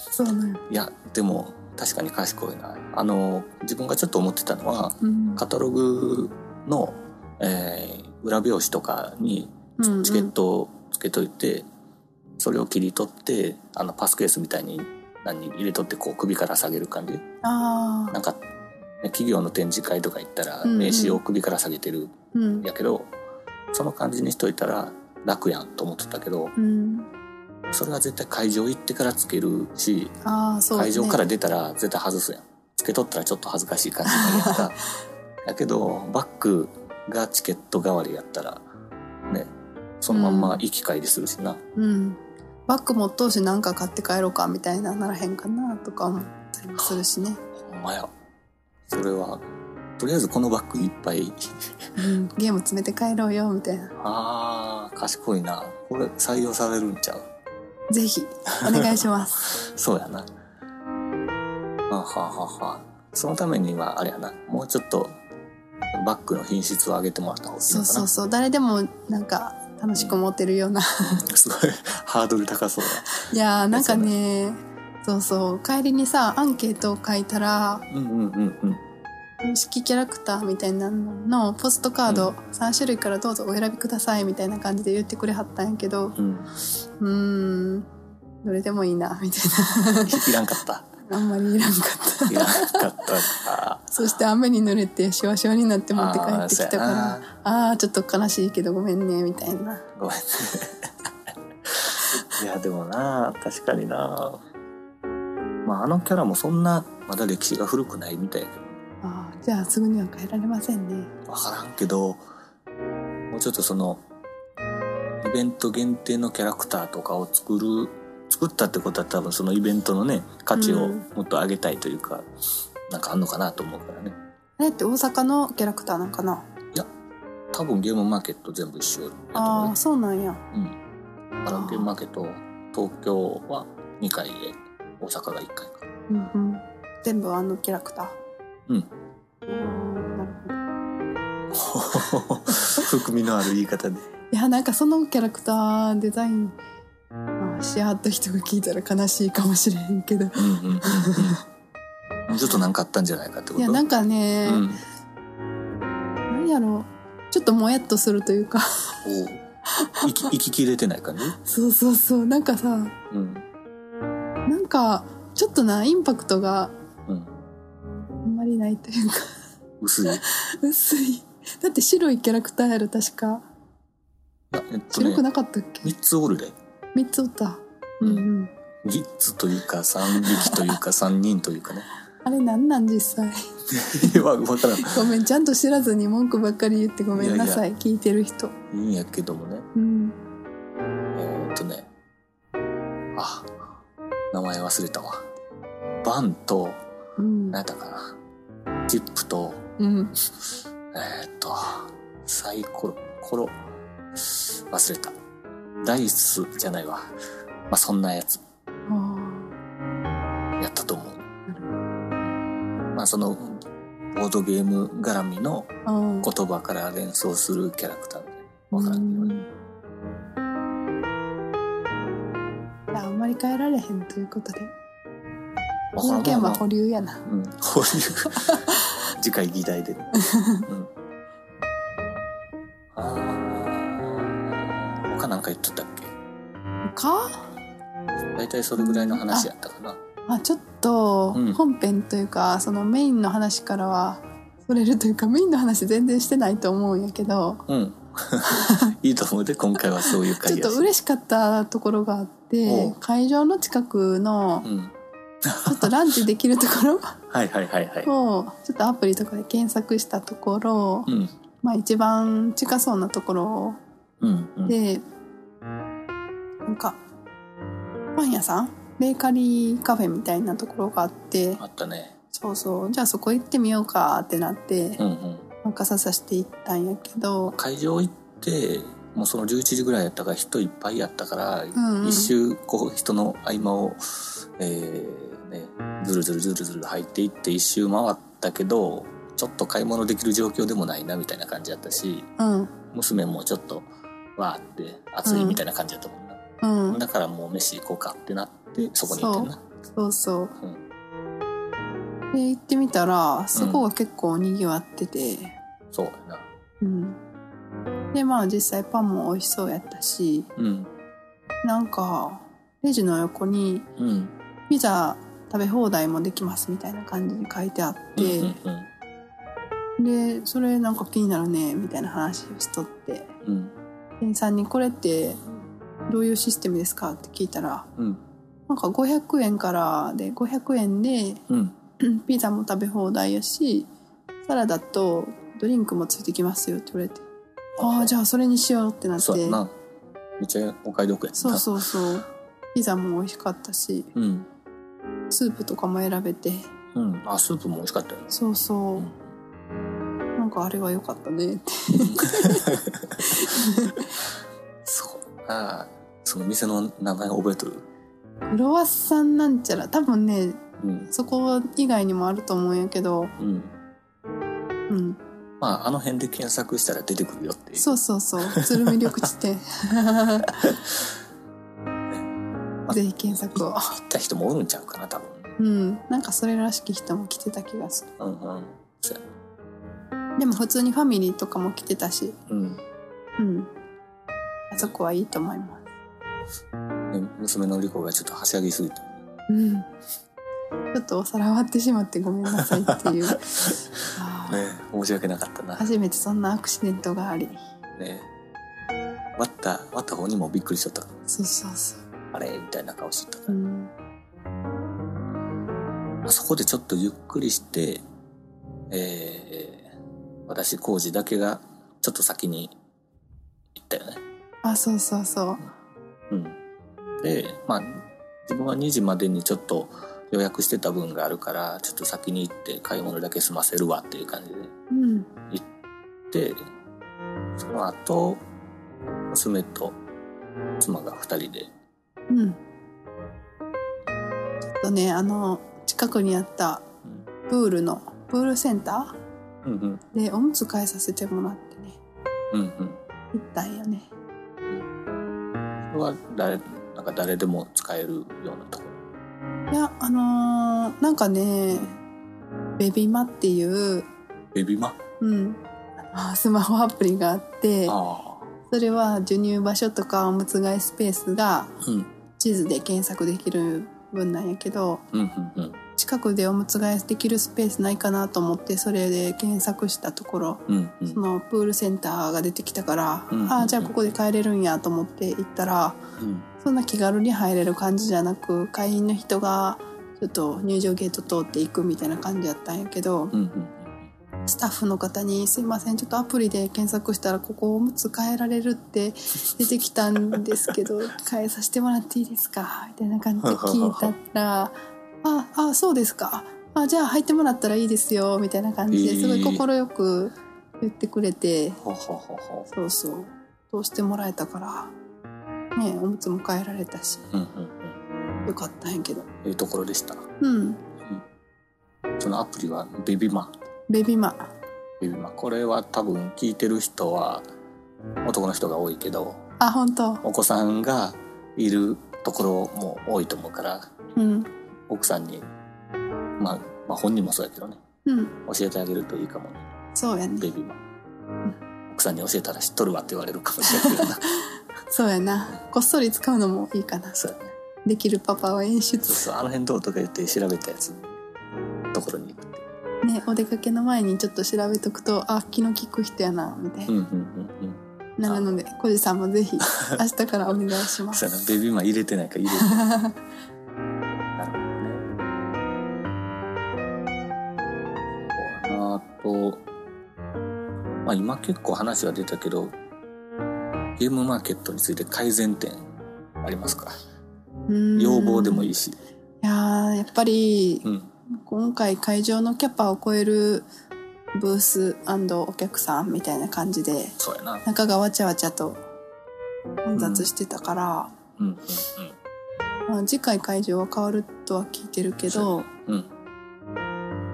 S2: そうなの。
S1: いやでも確かに賢いなあの自分がちょっと思ってたのは
S2: うん。
S1: カタログの、えー裏表紙とかに
S2: うんうん
S1: チケットをつけといて、それを切り取ってあのパスケースみたいに何入れとってこう首から下げる感じ
S2: ああ。
S1: なんか、ね、企業の展示会とか行ったら
S2: うんうん
S1: 名刺を首から下げてる
S2: う
S1: ん。
S2: ん
S1: やけど、その感じにしといたら楽やんと思ってたけど
S2: うん。
S1: それは絶対会場行ってからつけるし、
S2: ああ、そう、ね。
S1: 会場から出たら絶対外すやんつけとったらちょっと恥ずかしい感じになるやん かやけどバッグがチケット代わりやったらねそのまんま行き帰りするしな、
S2: うん。バッグ持っとうしなんか買って帰ろうかみたいなならへんかなとか思ったりもするしね。
S1: ほんまやそれはとりあえずこのバッグいっぱい
S2: うん。ゲーム詰めて帰ろうよみたいな。
S1: あー賢いなこれ採用されるんちゃう
S2: ぜひ、お願いします。
S1: そうやな。はあ、はあはあはあ、そのためにはあれやな、もうちょっとバッグの品質を上げてもらった方がいいのか
S2: そう
S1: な。
S2: そうそう。誰でもなんか楽しく持ってるような。
S1: すごいハードル高そう
S2: い やーなんかね、そうそう。帰りにさ、アンケートを書いた
S1: だ。
S2: ら、
S1: うんうんうんうん。
S2: 公式キャラクターみたいなののポストカード3種類からどうぞお選びくださいみたいな感じで言ってくれはったんやけど
S1: うん、
S2: うーんどれでもいいなみたい
S1: いらんかった
S2: なあんまりいらんかった
S1: いらんかったか
S2: そして雨に濡れてシワシワになって持って帰ってきたから
S1: あーそう
S2: ああーちょっと悲しいけどごめんねみたいな
S1: ごめんね いやでもな確かになまああのキャラもそんなまだ歴史が古くないみたいで
S2: あーじゃあすぐには帰られませんね
S1: 分からんけどもうちょっとそのイベント限定のキャラクターとかを作る作ったってことは多分そのイベントのね価値を
S2: うん
S1: もっと上げたいというか、なんかあんのかなと思うからね
S2: あれって大阪のキャラクターなんかな
S1: 多分ゲームマーケット全部一緒だと
S2: あ
S1: 思
S2: あーそうなんや
S1: うようんカラオケマーケット東京は2回で大阪が1回か
S2: うんうん全部あのキャラクター
S1: うん
S2: うーんなるほど
S1: 含みのある言い方で
S2: いやなんかそのキャラクターデザイン、まあ、しはった人が聞いたら悲しいかもしれへんけど
S1: うんうんうんうんちょっとなんかあったんじゃないかってこと
S2: いやなんかね、
S1: うん、
S2: なんやろうちょっともやっとするというか
S1: おう息息切れてない感じ、
S2: そうそうそうなんかさ
S1: うん
S2: なんかちょっとなインパクトが
S1: うん、
S2: あんまりないというか
S1: 薄いい
S2: 薄いだって白いキャラクターやろ確か
S1: やえっと
S2: 白く
S1: ね
S2: なかったっけ、
S1: 3つおるで
S2: 三3つおったうんうん
S1: 3つというか3匹というか3人というかね
S2: あれなんなん実際
S1: わ分からん
S2: ごめんちゃんと知らずに文句ばっかり言ってごめんなさい聞いてる人
S1: いいんやけどもね
S2: うん
S1: えーっとねあ名前忘れたわバンと
S2: うん
S1: 何やったかなチップと
S2: うん
S1: えーっと、サイコロ、コロ、忘れた。ダイスじゃないわ。まあ、そんなやつ
S2: あ
S1: やったと思う。まあ、その、ボードゲーム絡みの
S2: ーあー
S1: 言葉から連想するキャラクターみたいな。わからんけど
S2: うん
S1: ね。
S2: いやあんまり変えられへんということで
S1: わから
S2: こ
S1: ん
S2: の件は
S1: まあまあ
S2: 保留やな
S1: うん、保留。次回議 題で。うん。あー他なんか言っとったっけ
S2: か
S1: 大体それぐらいの話やったかな。
S2: あちょっと
S1: うん
S2: 本編というか、そのメインの話からはそれるというかメインの話全然してないと思うんやけど
S1: うん。いいと思うで、今回はそういう
S2: ちょ
S1: 会
S2: っ
S1: や
S2: と
S1: し。
S2: 嬉しかったところがあっ
S1: お
S2: て
S1: う
S2: 会場の近くの
S1: うん。
S2: ちょっとランチできるところ
S1: はいはいはいはい。
S2: をちょっとアプリとかで検索したところ、
S1: うん。
S2: まあ、一番近そうなところ
S1: うん。うん。
S2: で、なんかパン屋さんベーカリーカフェみたいなところがあって
S1: あったね。
S2: そうそうじゃあそこ行ってみようかってなって、
S1: うんうん。
S2: なんかささして行ったんやけど
S1: 会場行って、もうその11時ぐらいやったから人いっぱいやったから、
S2: んうん
S1: 一周こう人の合間を、えー、ね、ずるずるずるずる入っていって一周回ったけど、ちょっと買い物できる状況でもないなみたいな感じやったし、
S2: うん
S1: 娘もちょっと、わーって暑いみたいな感じやったもんな。
S2: うん
S1: だからもう飯行こうかってなって、そこに行ってんな。
S2: そうそう
S1: う、
S2: で行ってみたらそこが結構にぎわってて、
S1: そうやな。
S2: うんでまあ実際パンも美味しそうやったし
S1: うん。
S2: なんかレジの横に
S1: うん。
S2: ピザ食べ放題もできますみたいな感じに書いてあって、
S1: うんうん
S2: でそれなんか気になるねみたいな話をしとって
S1: うん
S2: 店員さんに「これってどういうシステムですか?」って聞いたら
S1: うん
S2: なんか500円からで500円で
S1: うん
S2: うんピザも食べ放題やしサラダとドリンクもついてきますよって言われてああじゃあそれにしようってなって
S1: そうやなめっちゃお買い得やった
S2: そうそうそうピザも美味しかったし
S1: うん
S2: スープとかも選べて
S1: うんあスープも美味しかったよ
S2: そうそう、
S1: うん
S2: なんかあれは良かったねって
S1: そうああその店の名前覚えとる
S2: クロワッサンなんちゃら多分ね
S1: うん
S2: そこ以外にもあると思うんやけど、
S1: うん
S2: うん、
S1: まああの辺で検索したら出てくるよっていう
S2: そうそうそう鶴見緑地店 ぜひ検索を
S1: 行った人もおるんちゃうかな多分
S2: うんなんかそれらしき人も来てた気がする
S1: うんうんそうや
S2: でも普通にファミリーとかも来てたし、
S1: うん
S2: うん。あそこはいいと思います。
S1: ね娘のりこがちょっとはしゃぎすぎて
S2: うん。ちょっとお皿割ってしまってごめんなさいって いう。あー
S1: ね申し訳なかったな
S2: 初めてそんなアクシデントがあり。
S1: ね割った割った方にもびっくりしちゃった
S2: そうそうそう。
S1: あれみたいな顔しちゃったか
S2: うん。
S1: らそこでちょっとゆっくりしてえー、私浩二だけがちょっと先に行ったよね
S2: あ、そうそうそう。
S1: うんでまあ自分は2時までにちょっと予約してた分があるからちょっと先に行って買い物だけ済ませるわっていう感じで
S2: うん。
S1: でその後娘と妻が2人で
S2: うん。ちょっとね、あの、近くにあったプールの、プールセンタ
S1: うんうん
S2: ーでおむつ替えさせてもらってね、
S1: うんうん
S2: 行ったんよね。
S1: それは誰なんか誰でも使えるようなとこ
S2: いや、あのーなんかね、ベビマっていう、
S1: ろベビマ
S2: うん、あのスマホアプリがあって、
S1: ああ
S2: それは授乳場所とかおむつ替えスペースが
S1: うん
S2: 地図で検索できる分なんやけど、
S1: うんうんうん
S2: 近くでおむつ替えできるスペースないかなと思って、それで検索したところ、
S1: うんう
S2: そ
S1: ん
S2: のプールセンターが出てきたから、
S1: うん
S2: ああじゃあここで帰れるんやと思って行ったら
S1: うん
S2: そんな気軽に入れる感じじゃなく会員の人がちょっと入場ゲート通っていくみたいな感じやったんやけど
S1: うんうん
S2: スタッフの方に「すいませんちょっとアプリで検索したらここおむつ変えられる って出てきたんですけど変えさせてもらっていいですか?」みたいな感じで聞いたら「ああそうですかあじゃあ入ってもらったらいいですよ」みたいな感じ
S1: えー
S2: ですごい快く言ってくれて。
S1: ほうほうほうほ
S2: そうそう通してもらえたからねえおむつも変えられたし
S1: ううんうんうん
S2: よかったんやけど
S1: ええところでした
S2: うん
S1: そのアプリはベビマ
S2: ベビマ
S1: ベビマこれは多分聞いてる人は男の人が多いけど
S2: あ本当
S1: お子さんがいるところも多いと思うから
S2: うん
S1: 奥さんに、まあ、まあ本人もそうやけどね
S2: うん
S1: 教えてあげるといいかもね
S2: そうや
S1: ベ
S2: ね
S1: ビーマ奥さんに教えたら知っとるわって言われるかもしれないけどな
S2: そうやなこっそり使うのもいいかな
S1: そうやね
S2: できるパパは演
S1: そう
S2: 出
S1: そうあの辺どうとか言って調べたやつところに行くって
S2: ねお出かけの前にちょっと調べとくとあ気の利く人やなみたい
S1: うん
S2: な、
S1: うんうんうん
S2: なるので小路さんも ぜひ明日からお願いします
S1: そうやなベビーマ入れてないから入れてないなるほどねそうやなあとまあ今結構話は出たけどゲームマーケットについて改善点ありますか
S2: うん
S1: 要望でも
S2: い
S1: いいし
S2: やーやっぱり
S1: うん
S2: 今回会場のキャパを超えるブースお客さんみたいな感じで
S1: そうやな
S2: 中がわちゃわちゃと混雑してたから、
S1: うんうん
S2: まあ、次回会場は変わるとは聞いてるけど
S1: うん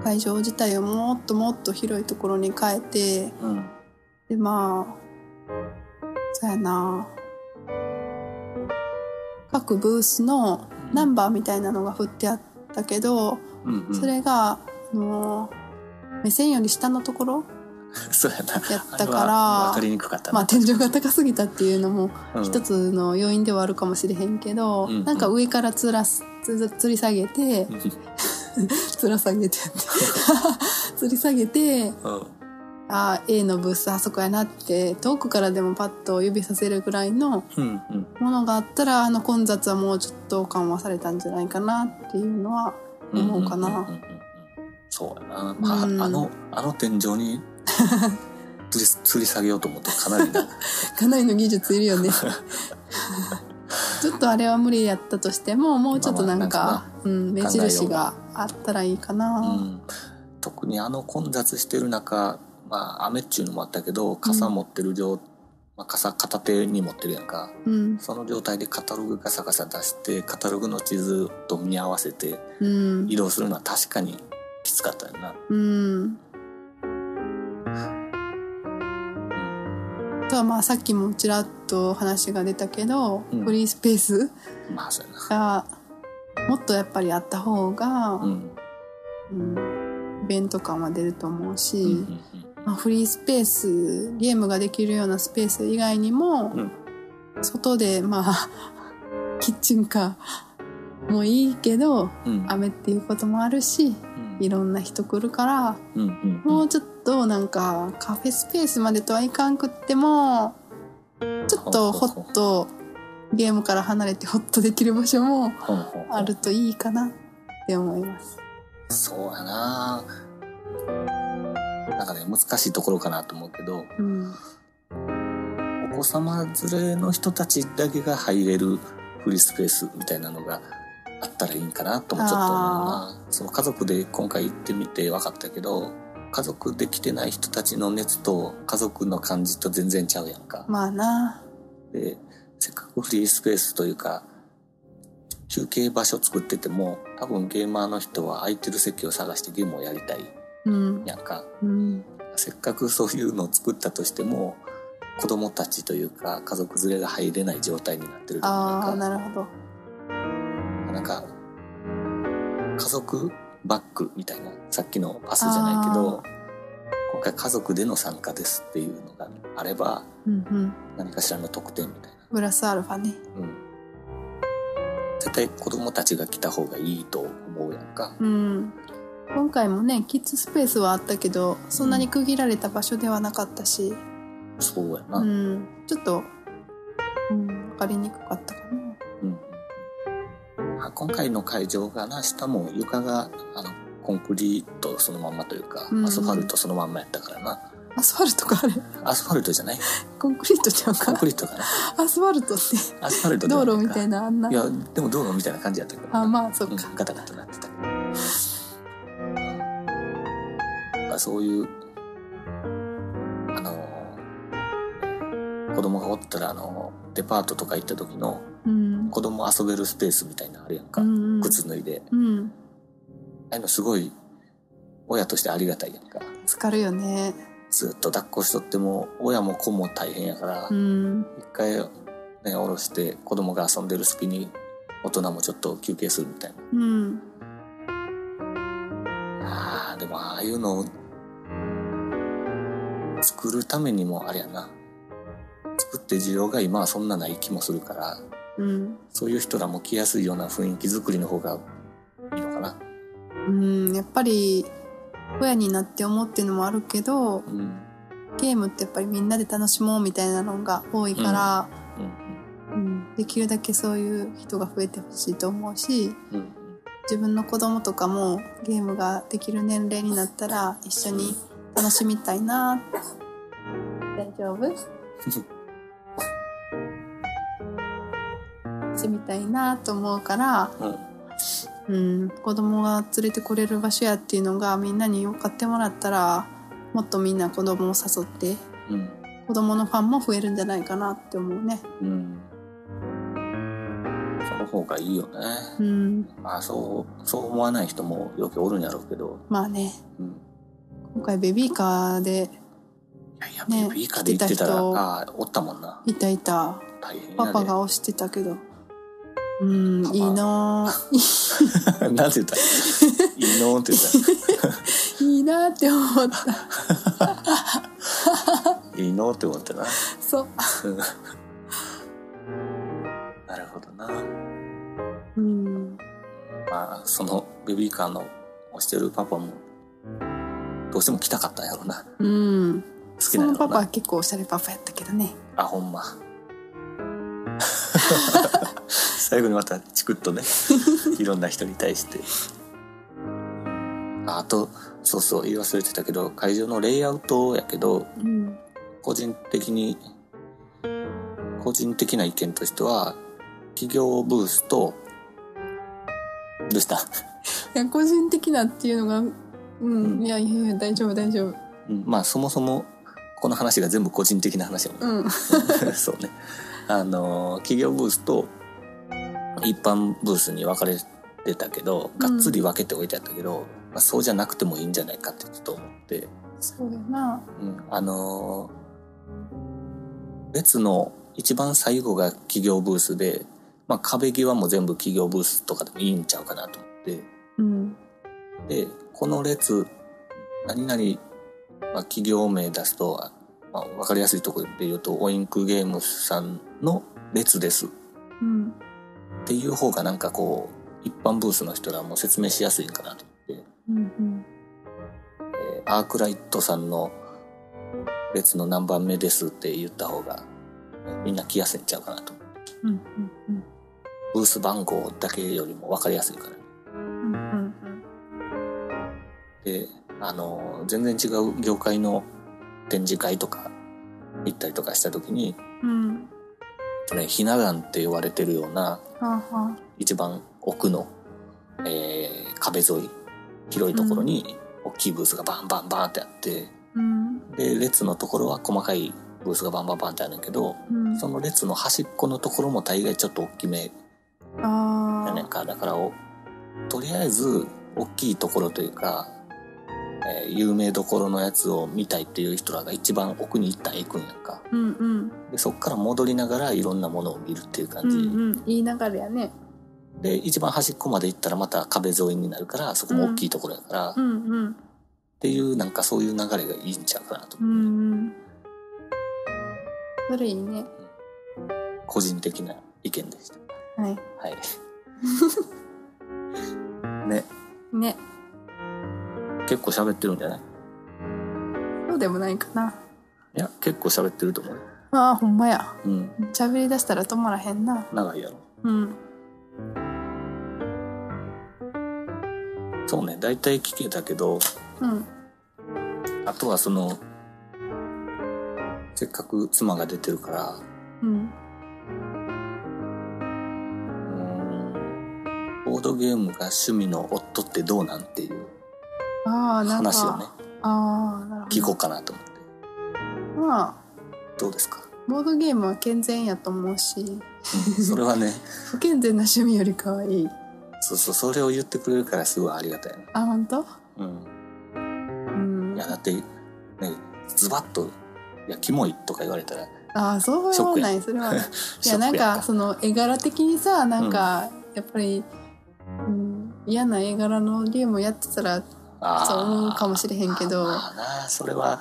S1: うん
S2: 会場自体をもっともっと広いところに変えて
S1: うん
S2: でまあそうやな各ブースのナンバーみたいなのが振ってあったけど、
S1: うんうん
S2: それが、あの目線より下のところ
S1: そうやな
S2: やったか
S1: 分からりにくかった
S2: ま
S1: な
S2: あ天井が高すぎたっていうのも
S1: うん
S2: 一つの要因ではあるかもしれへんけど、
S1: うんうん
S2: なんか上からつらすつつり下げて
S1: うん
S2: つら下げてって つり下げてあー A のブースあそこやなって遠くからでもパッと指させるぐらいの
S1: うんうん
S2: ものがあったらあの混雑はもうちょっと緩和されたんじゃないかなっていうのは
S1: うん
S2: 思うかな。
S1: んんんんそうやなまああ
S2: うん
S1: のあの 天井に吊り吊り下げようと思ってかなりな
S2: かなりの技術いる よねちょっとあれは無理やったとしてももうちょっとなん
S1: まあ
S2: か、うん、目印が あったらいいか
S1: う
S2: な、
S1: ん特にあの混雑してる中まあ雨っちゅうのもあったけど傘持ってる状、まあ、傘片手に持ってるやんか
S2: うん
S1: その状態でカタログガサガサ出してカタログの地図と見合わせて
S2: うん
S1: 移動するのは確かにきつかったよな
S2: うん、あとはまあさっきもちらっと話が出たけど、
S1: うん
S2: フリースペース
S1: まあそうやな
S2: がもっとやっぱりあった方が、
S1: うん
S2: うんイベント感は出ると思うし、
S1: うんうんうん
S2: まあフリースペースゲームができるようなスペース以外にも、
S1: うん
S2: 外でまあ キッチンカーもいいけど
S1: うん
S2: 雨っていうこともあるし
S1: うん
S2: いろんな人来るから
S1: うんうん
S2: もうちょっとなんかカフェスペースまでとはいかんくってもちょっとホッとゲームから離れてホッとできる場所も
S1: ほうほうほう
S2: あるといいかなって思います。
S1: そうやななんかね難しいところかなと思うけど
S2: うん、
S1: お子様連れの人たちだけが入れるフリースペースみたいなのがあったらいいんかなともちょっと思うなそう家族で今回行ってみて分かったけど家族で来てない人たちの熱と家族の感じと全然ちゃうやんか、
S2: まあな
S1: でせっかくフリースペースというか休憩場所作ってても多分ゲーマーの人は空いてる席を探してゲームをやりたい
S2: うん
S1: やんか
S2: うん
S1: せっかくそういうのを作ったとしても子供たちというか家族連れが入れない状態になってると
S2: ああ
S1: いう
S2: なるほど
S1: かなんか家族バックみたいなさっきのパスじゃないけど今回家族での参加ですっていうのがあれば
S2: うんうん
S1: 何かしらの特典みたいな。
S2: プラスアルファね
S1: うん絶対子供たちが来た方がいいと思うやんか。
S2: うん今回もねキッズスペースはあったけどそんなに区切られた場所ではなかったし、
S1: そうやな。
S2: う
S1: うん。
S2: ん、ちょっと、うん、分かりにくかったかな
S1: あ今回の会場がな、下も床が、あの、コンクリートそのまんまというか、
S2: うん
S1: アスファルトそのまんまやったからな。
S2: アスファルトかあれ
S1: アスファルトじゃない
S2: コンクリートちゃう
S1: コン
S2: か
S1: クリートかな。
S2: アスファルトって
S1: アスファルトで
S2: 道
S1: はな
S2: 路みたい
S1: な。
S2: なあんない
S1: や、でも道路みたいな感じやったけどな。
S2: あまあそっ
S1: うん
S2: か、
S1: ガタガタなってた。まあそういう、あの、子供がおったら、あの、デパートとか行った時の
S2: うん
S1: 子供遊べるスペースみたいなのあるやんか。
S2: うんうん
S1: 靴脱いで。
S2: うん
S1: ああいうのすごい、親としてありがたいやんか。
S2: 助かるよね
S1: ずっと抱っこしとっても、親も子も大変やから、
S2: うん
S1: 一回ね、下ろして子供が遊んでる隙に、大人もちょっと休憩するみたいな。
S2: うん
S1: ああでもああいうのを作るためにもあれやな作って需要が今はそんなない気もするから
S2: うん
S1: そういう人らも来やすいような雰囲気作りの方がいいのかな
S2: うんやっぱり親になって思うっていうのもあるけど
S1: うんうん
S2: ゲームってやっぱりみんなで楽しもうみたいなのが多いから、うんできるだけそういう人が増えてほしいと思うし
S1: うんうん
S2: 自分の子供とかもゲームができる年齢になったら一緒に楽しみたいな大丈 夫楽しみたいなと思うから、
S1: うん
S2: うん、子供が連れてこれる場所やっていうのがみんなに分かってもらったらもっとみんな子供を誘って
S1: うん
S2: 子供のファンも増えるんじゃないかなって思うね。
S1: うんその方がいいよね
S2: うん、
S1: まあそうそう思わない人もよくおるんやろうけど
S2: まあね
S1: うん
S2: 今回ベビーカーで
S1: いやいや
S2: ね
S1: ベビーカーで行ってたら
S2: 来てた人
S1: ああおったもんない
S2: たいた
S1: 大変や
S2: パ
S1: で
S2: パが押してたけど。うん、いいなぁ
S1: なん て言ったいいのって言った
S2: いいなぁって思った。
S1: いいのって思ってな。
S2: そう。
S1: なるほどな。
S2: うん。
S1: まあ、そのベビーカーの押してるパパも、どうしても来たかったんやろな。好
S2: うん。
S1: き
S2: そ
S1: なん
S2: の
S1: やろ
S2: パパは
S1: な。
S2: 結構おしゃれパパやったけどね。
S1: あ、ほんま。 最後にまたチクッとね、いろんな人に対して。ああと、そうそう、言い忘れてたけど、会場のレイアウトやけど、
S2: うん。
S1: 個人的に個人的な意見としては企業ブースとどうした
S2: いや、個人的なっていうのが、うん。
S1: うん
S2: いやいやいや、大丈夫大丈夫。
S1: うんまあそもそもこの話が全部個人的な話やもんね、
S2: うん。
S1: そうねあのー企業ブースと一般ブースに分かれてたけどがっつり分けておいてあったけど、まあ、そうじゃなくてもいいんじゃないかってちょっと思って、
S2: そうやな。
S1: うん、あのー列の一番最後が企業ブースで、まあ、壁際も全部企業ブースとかでもいいんちゃうかなと思って
S2: うん。
S1: でこの列何々まあ、企業名出すと、まあ、わかりやすいところで言うと、オインクゲームスさんの列ですっ
S2: うん。
S1: ていう方がなんかこう、一般ブースの人らも説明しやすいかなと思って、
S2: うん。
S1: えーアークライトさんの列の何番目ですって言った方が、みんな来やすいんちゃうかなと。
S2: うん。うん。うん。
S1: ブース番号だけよりもわかりやすいから。
S2: うん。うん。
S1: であの全然違う業界の展示会とか行ったりとかした時に、
S2: うん。うん。
S1: ね、ひな壇って言われてるような
S2: はあ、はあ。
S1: 一番奥の、えー壁沿い広いところに大きいブースがバンバンバンってあって
S2: うん。
S1: で列のところは細かいブースがバンバンバンってあるんだけど
S2: うん。
S1: その列の端っこのところも大概ちょっと大きめ
S2: あ
S1: やねん
S2: あ。
S1: かだからおとりあえず大きいところというか、えー有名どころのやつを見たいっていう人らが一番奥に一旦行くんやんか
S2: うんうん。
S1: でそっから戻りながらいろんなものを見るっていう
S2: う
S1: 感じ、
S2: んうん。いい流れやね。
S1: で一番端っこまで行ったらまた壁沿いになるからそこも大きいところやから、っ
S2: うんうん。
S1: ていうなんかそういう流れがいいんちゃうかなと、
S2: うんうん。それいいね。
S1: 個人的な意見でした
S2: はい。
S1: はいね
S2: ね。
S1: 結構喋ってるんじゃない
S2: そうでもないかな。
S1: いや結構喋ってると思うよ
S2: ああ、ほんまや。
S1: うん
S2: 喋り出したら止まらへんな。
S1: 長いやろ
S2: うん。
S1: そうね大体聞けたけど
S2: うん。
S1: あとはそのせっかく妻が出てるから
S2: うん。
S1: うーんボードゲームが趣味の夫ってどうなんっていう
S2: ああ、なんか。
S1: 話をね
S2: ああ、なるほど。
S1: 聞こうかなと思って
S2: まあ、
S1: どうですか、
S2: ボードゲームは健全やと思うし、
S1: うん それはね
S2: 不健全な趣味より可愛い。
S1: そうそうそれを言ってくれるからすごいありがたいね
S2: あ、本当？
S1: うん
S2: うん
S1: いや。だってねズバッと「いやキモい」とか言われたら
S2: ああ、そういうもんない。それは。い
S1: ショ
S2: や、
S1: ッ
S2: なん
S1: クやん
S2: か、その絵柄的にさ、なんか、やっぱり、うん、嫌な絵柄のゲームをやってたら、
S1: あー
S2: そう思うかもしれへんけど
S1: まあなあそれは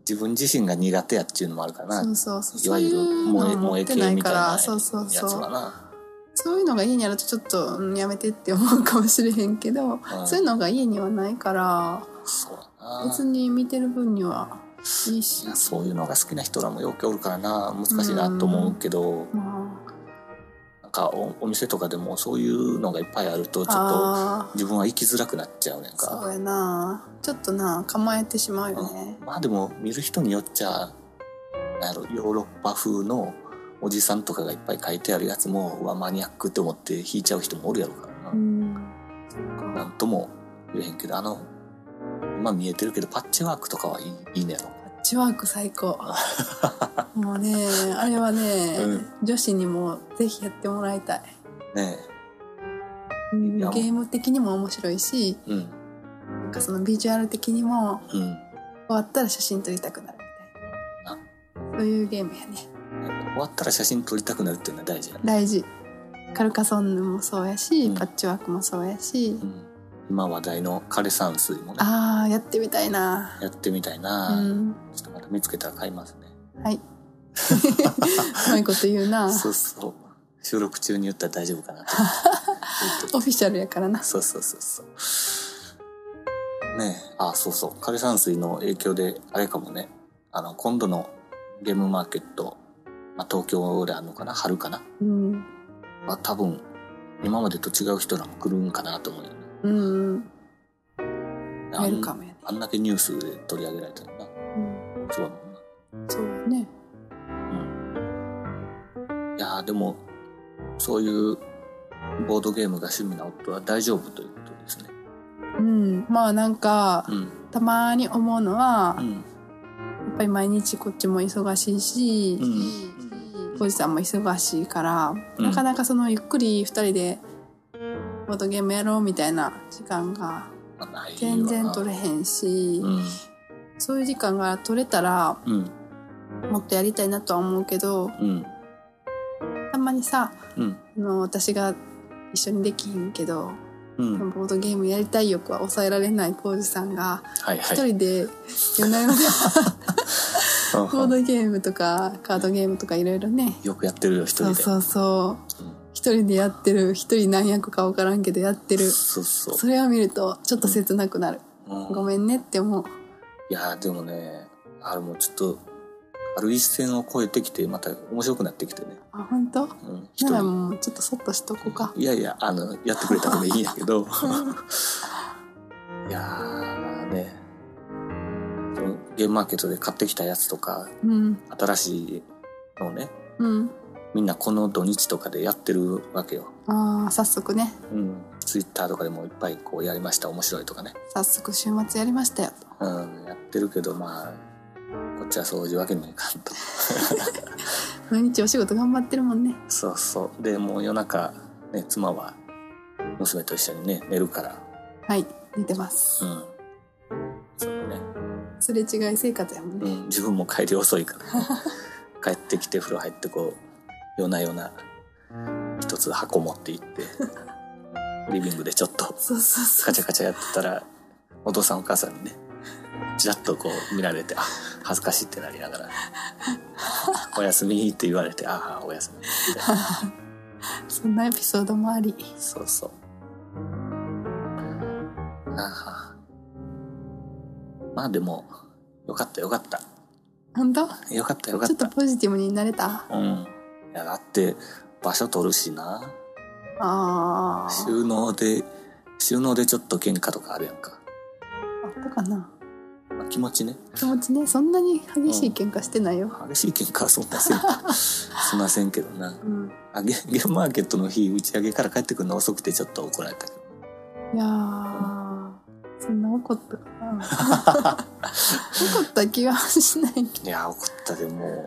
S1: 自分自身が苦手やっていうのもあるからな
S2: そうそうそう。
S1: い
S2: そ
S1: わ
S2: うい
S1: ゆる
S2: う
S1: 萌え
S2: の
S1: 萌
S2: 持
S1: え
S2: って
S1: 系
S2: ない
S1: みた
S2: か
S1: いなや
S2: ら、
S1: つ
S2: そうそうそ
S1: は
S2: う。
S1: な
S2: そういうのが家にあるとちょっと、うんやめてって思うかもしれへんけど、
S1: うん
S2: そういうのが家にはないから、
S1: そうやな
S2: 別に見てる分にはいいし
S1: いやそういうのが好きな人らもよくおるからな難しいなと思うけど
S2: ま
S1: なんかおお店とかでもそういうのがいっぱいあるとちょっと
S2: ああ
S1: 自分は行きづらくなっちゃうねん
S2: ーそう
S1: か、
S2: やなちょっとな構えてしまうよね
S1: うんまあでも見る人によっちゃなんやろヨーロッパ風のおじさんとかがいっぱい書いてあるやつもうわマニアックって思って引いちゃう人もおるやろからな、
S2: うん
S1: なんとも言えへんけどあの今見えてるけどパッチワークとかはいいいいねやろ
S2: パッチワーク 最高もうねあれはね、
S1: うん
S2: 女子にもぜひやってもらいたい、
S1: ね
S2: うん
S1: い
S2: ゲ
S1: や
S2: ーム的にも面白いし
S1: えうん
S2: なんかそのビジュアル的にも
S1: うん
S2: 終わったら写真撮りたくなるみたいなそういうゲームやね
S1: 終わったら写真撮りたくなるっていうのは大事やね、
S2: 大事カルカソンヌもそうやし、
S1: うん
S2: パッチワークもそうやし、
S1: うん、今話題の枯山水もね
S2: あーやってみたいな
S1: やってみたいうな、
S2: ん
S1: ちょっとまた見つけたら買いますね
S2: はい。うまいこと言う な。
S1: そうそう収録中に言ったら大丈夫かな と
S2: オフィシャルやからな。
S1: そうそうそうそうねえあそうそう枯山水の影響であれかもねあの今度のゲームマーケット、まあ、東京であるのかな春かな
S2: うん。
S1: まあ、多分今までと違う人らも来るんかなと思うよね
S2: うんうん。ウ
S1: あ
S2: ェ
S1: ん
S2: ルカムやね。
S1: あんだけニュースで取り上げられたらな
S2: うん
S1: そうだもんな
S2: そうやね。
S1: いやーでもそういうボードゲームが趣味な夫は大丈夫ということですね
S2: うん。まあなんか
S1: う、ん
S2: たまに思うのは、
S1: う
S2: や
S1: ん
S2: っぱり毎日こっちも忙しいし
S1: う、ん
S2: おじさんも忙しいから、
S1: うん
S2: なかなかそのゆっくり二人で、ボードゲームやろうみたいな時間が
S1: まあないわな
S2: 全然取れへんし、
S1: うん
S2: そういう時間が取れたら
S1: うん
S2: もっとやりたいなとは思うけど
S1: うん
S2: たまにさ
S1: うん
S2: あの私が一緒にできひんけど
S1: うん、
S2: ボードゲームやりたい欲は抑えられない浩二さんが
S1: はいは
S2: 一
S1: い。
S2: 人で夜な夜な
S1: うん
S2: ボードゲームとかカードゲームとかいろいろね
S1: よくやってるよ、一
S2: そ
S1: 人
S2: う
S1: で。
S2: そうそう
S1: うん
S2: 一人でやってる一人何役か分からんけどやってる
S1: そうそう。
S2: それを見るとちょっと切なくなる
S1: うん
S2: ごめんねって思う
S1: いやーでもね、あれもうちょっと、ある一線を越えてきて、また面白くなってきてね。
S2: あ本当
S1: うん、
S2: ならもうちょっとそっとしとこうか
S1: いやいや、あの、やってくれた方がいいんやけ ど。いやーね。そのゲームマーケットで買ってきたやつとか、
S2: うん
S1: 新しいのをね、
S2: うん
S1: みんなこの土日とかでやってるわけよ。
S2: あー早速ね
S1: うん。ツイッターとかでもいっぱいこうやりました、面白いとかね。
S2: 早速週末やりましたよ
S1: うん、やってるけど、まあ、こっちはそういうわけにはいかんと。
S2: 毎日お仕事頑張ってるもんね
S1: そうそう。で、もう夜中、ね、妻は娘と一緒にね、寝るから。
S2: はい寝てます
S1: うん。そうね。
S2: すれ違い生活やもん
S1: う
S2: ね
S1: ん、自分も帰り遅いから、 ね、帰ってきて風呂入ってこう夜な夜な一つ箱持って行 ってリビングでちょっと
S2: そうそうそ
S1: カ
S2: う
S1: チャカチャやってたらお父さんお母さんにねちらっとこう見られてあ恥ずかしいってなりながら 「おやすみ」って言われて「ああおやすみ」みたいな
S2: そんなエピソードもあり
S1: そうそうああまあでもよかったよかった
S2: 本当
S1: よかったよかっ
S2: ちょったとポジティブになれた
S1: うん。いや、だって、場所取るしな。
S2: ああ
S1: 収納で、収納でちょっと喧嘩とかあるやんか。
S2: あったかな
S1: まあ気持ちね。
S2: 気持ちねそんなに激しい喧嘩してないよ、
S1: 激しい喧嘩はそん なせんけど。すんませんけどな。
S2: うん
S1: あゲ、ゲームマーケットの日、打ち上げから帰ってくるの遅くてちょっと怒られたけど。
S2: いやーそんな 怒ったかな怒った気はしないけ
S1: い
S2: ど
S1: や、怒ったでもう、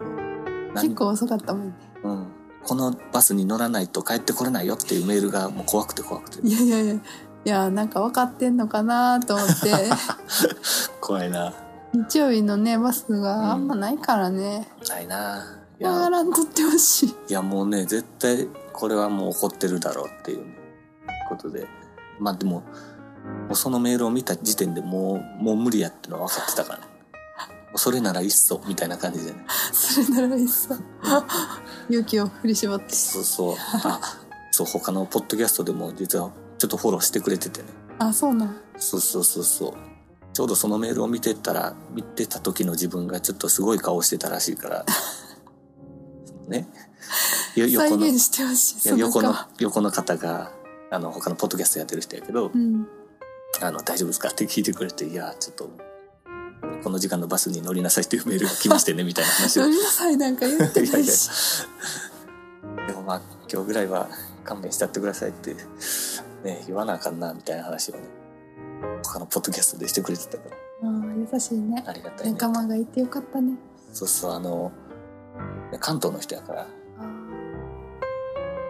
S1: あの、何
S2: 結構遅かったもんね
S1: うん。このバスに乗らないと帰ってこれないよっていうメールがもう怖くて怖くて。
S2: いやいやいやいやなんか分かってんのかなと思って
S1: 怖いな。
S2: 日曜日のねバスがあんまないからね、
S1: ないな。い
S2: だか
S1: や、
S2: らんとってほしい
S1: いやもうね絶対これはもう怒ってるだろうっていうことでまあでももうそのメールを見た時点でもうもう無理やってのは分かってたからねもうそれならいっそみたいな感じでね
S2: それならい っそ勇気を振り絞って
S1: そうそうあそう他のポッドキャストでも実はちょっとフォローしてくれててね
S2: あそうなん
S1: そうそうそうそうちょうどそのメールを見てたら見てた時の自分がちょっとすごい顔してたらしいからね よ
S2: 再
S1: 横の
S2: 現してほしい
S1: い
S2: そ
S1: や
S2: の
S1: 横の
S2: 顔
S1: 横の方があの他のポッドキャストやってる人やけど、
S2: うん
S1: あの大丈夫ですかって聞いてくれていやちょっとこの時間のバスに乗りなさいっていうメールが来ましてねみたいな話を
S2: 乗
S1: い
S2: りなさいなんか言って
S1: やい
S2: な
S1: やい
S2: い
S1: や
S2: し
S1: でもまあ今日ぐらいは勘弁してやってくださいって、ね、言わなあかんなみたいな話をね他のポッドキャストでしてくれてたか
S2: あー優しいね
S1: らありがたいね
S2: 仲間がいてよかったね
S1: そうそうあの関東の人やから
S2: あー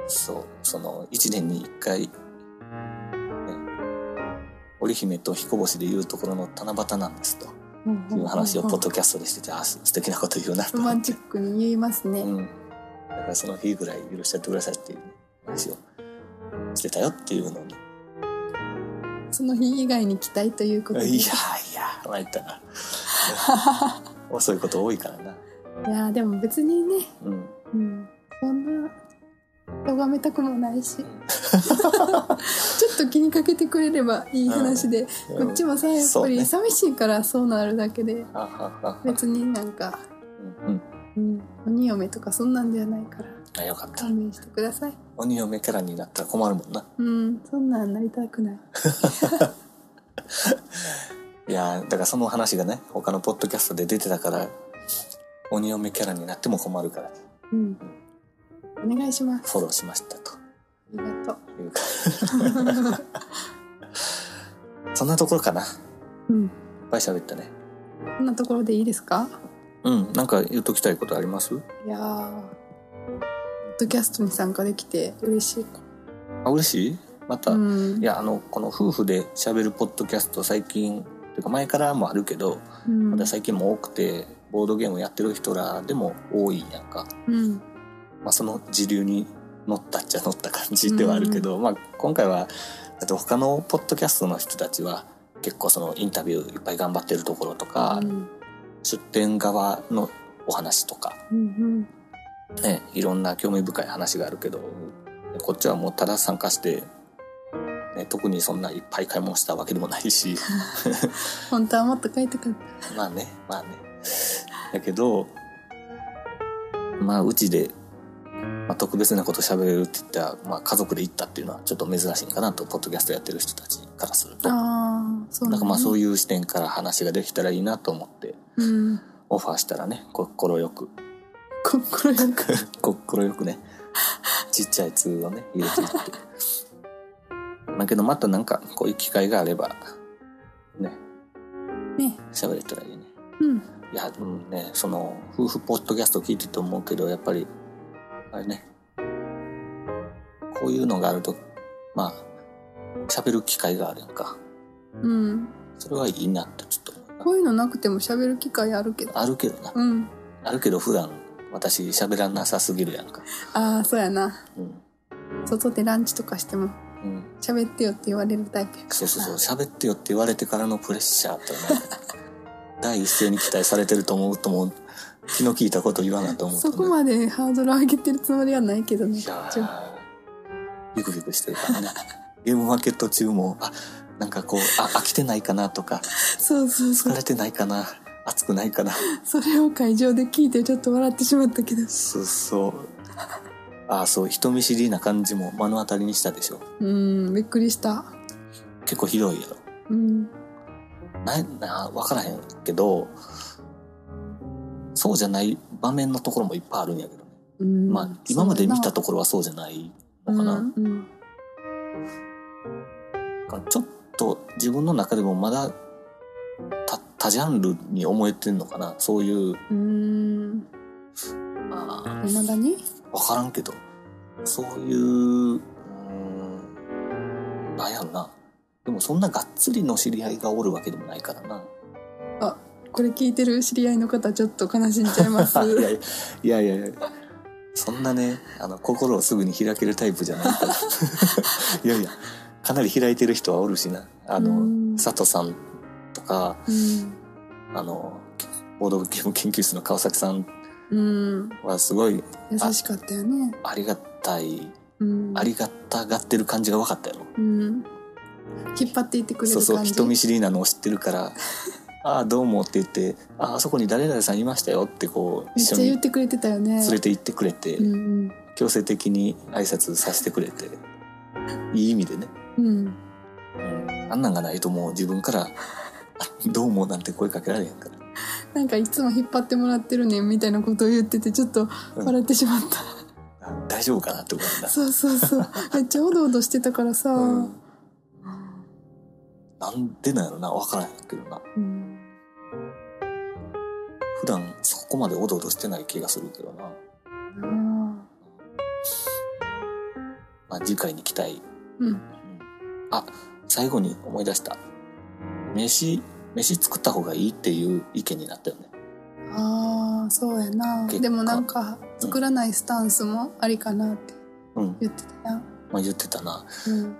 S1: そう、その、一年に一回、ね、織姫と彦星でいうところの七夕なんですと
S2: うんうんうんうん
S1: いう話をポッドキャストでしてて、あ、す素敵なこと言うなと
S2: ロマ
S1: 思っ
S2: ン
S1: て
S2: チッ。クに言いますね、
S1: うん。だからその日ぐらい許しちゃってくださいっていう話をしてたよっていうのに。
S2: その日以外に期待というこ と
S1: いや
S2: で
S1: いや、参った な。遅いこと多いからな。
S2: いやーでも別にね、
S1: うん。
S2: うん、そんな咎めたくもない しちょっと気にかけてくれればいい話で、
S1: うん
S2: こっちもさやっ
S1: そ
S2: ぱ
S1: うね
S2: り寂しいからそうなるだけで、
S1: あははは。
S2: 別になんか、
S1: うん。
S2: うん、鬼嫁とかそんなんじゃないから
S1: あ、よかった。
S2: 勘弁してください
S1: 鬼嫁キャラになったら困るもんな。
S2: うんそんなんなりたくない
S1: いやーだからその話がね他のポッドキャストで出てたから鬼嫁キャラになっても困るから
S2: うんお願いします
S1: フォローしましたと
S2: ありがとう
S1: いう かそんなところかないっ
S2: うん
S1: ぱい喋ったね
S2: こんなところでいいですか
S1: うんなんか言っときたいことあります
S2: いやーポッドキャストに参加できて嬉しいか
S1: あ嬉しいまた、
S2: うん
S1: いやあのこの夫婦で喋るポッドキャスト最近というか前からもあるけど
S2: うん
S1: まだ最近も多くてボードゲームやってる人らでも多いやんか、
S2: うん
S1: まあ、その時流に乗ったっちゃ乗った感じではあるけど、まあ、今回はあと他のポッドキャストの人たちは結構そのインタビューいっぱい頑張ってるところとか、
S2: うん
S1: 出店側のお話とか、
S2: うん
S1: ね、いろんな興味深い話があるけどこっちはもうただ参加して、ね、特にそんないっぱい買い物したわけでもないし。
S2: 本当はもっと書いてくる
S1: まあね、まあね。だけど、まあ、うちで、まあ、特別なこと喋れるって言ったら、まあ、家族で行ったっていうのはちょっと珍しいんかなと、ポッドキャストやってる人たちからすると。な
S2: ああそうん
S1: かまあ、そう
S2: い
S1: いう視点から話ができたらいいなと思って、
S2: う、うん、
S1: オファーしたらね、心よく、
S2: 心よく
S1: 心よくね、ちっちゃい通をね、入れていって。だけど、またなんか、こういう機会があれば、ね、
S2: ね
S1: 喋れたらいいね。
S2: うん
S1: いや、うんね、その、夫婦ポッドキャスト聞いてて思うけど、やっぱり、あれね、こういうのがあると、まあ、喋る機会があるやんか。
S2: うん
S1: それはいいなってちょっと
S2: こ
S1: 思う
S2: ういうのなくても喋る機会あるけど
S1: な。あるけどな。
S2: うん
S1: あるけど普段、私喋らなさすぎるやんか。
S2: ああそうやな
S1: うん。
S2: 外でランチとかしても
S1: うん。
S2: 喋ってよって言われるタイプやから
S1: そうそうそう、喋ってよって言われてからのプレッシャー ってね、第一声に期待されてると思うともう、気の利いたこと言わないと思うと
S2: そ
S1: ね
S2: こまでハードル上げてるつもりはないけど
S1: い
S2: ね
S1: や
S2: ちょ
S1: ービクビクしてるからねゲームマーケット中もあなんかこうあ飽きてないかなとか
S2: そうそうそ
S1: 疲
S2: う
S1: れてないかな熱くないかな
S2: それを会場で聞いてちょっと笑ってしまったけど
S1: そうそうあそう人見知りな感じも目の当たりにしたでしょ
S2: うんびっくりした
S1: 結構ひどいやろ
S2: うん
S1: なんな分からへんけどそうじゃない場面のところもいっぱいあるんやけどね、
S2: うん
S1: まあ今まで見たところはそうじゃないのかな、
S2: うんうん
S1: ちょっと自分の中でもまだ多多ジャンルに思えてんのかなそういう
S2: うん
S1: あ
S2: 未だに
S1: 分からんけどそういううーんなんやろなでもそんながっつりの知り合いがおるわけでもないから な
S2: これ聞いてる知り合いの方ちょっと悲しんじゃいます
S1: いやいやいやいやいやそんなねあの心をすぐに開けるタイプじゃない からいやいやかなり開いてる人はおるしなあ
S2: う
S1: の
S2: ん
S1: 佐藤さんとか
S2: う
S1: あのボードゲーム研究室の川崎さん
S2: ん、うん、
S1: はすごい
S2: 優しかったよね
S1: ありがたい
S2: うん
S1: ありがたがってる感じが分かったやろ
S2: うん引っ張っていってくれる
S1: そう
S2: 感じ
S1: そう人見知りなのを知ってる から「ああどうも」って言って「ああそこに誰々さんいましたよ」ってこう
S2: めっ
S1: 一
S2: ち
S1: 緒
S2: ゃ
S1: に
S2: 言ってくれてたよね
S1: 連れて行ってくれて
S2: うん
S1: 強制的に挨拶させてくれていい意味でね
S2: うんうん
S1: あんなんがないともう自分から「どうも」なんて声かけられへんから
S2: なんかいつも引っ張ってもらってるねんみたいなことを言っててちょっと笑ってしまっ た、
S1: あ大丈夫かなって思うんだ。
S2: そうそうそうめっちゃおどおどしてたからさ、
S1: う
S2: うん
S1: んなんでなんやろな分からへんけどな普段そこまでおどおどしてない気がするけどな、
S2: うん
S1: まあ、次回に期待
S2: うん
S1: あ最後に思い出した飯飯作った方がいいっていう意見になったよね
S2: ああそうやな
S1: 結果
S2: でもなんか作らないスタンスもありかなって
S1: うん、
S2: 言ってたや
S1: まあ、言ってたな
S2: うん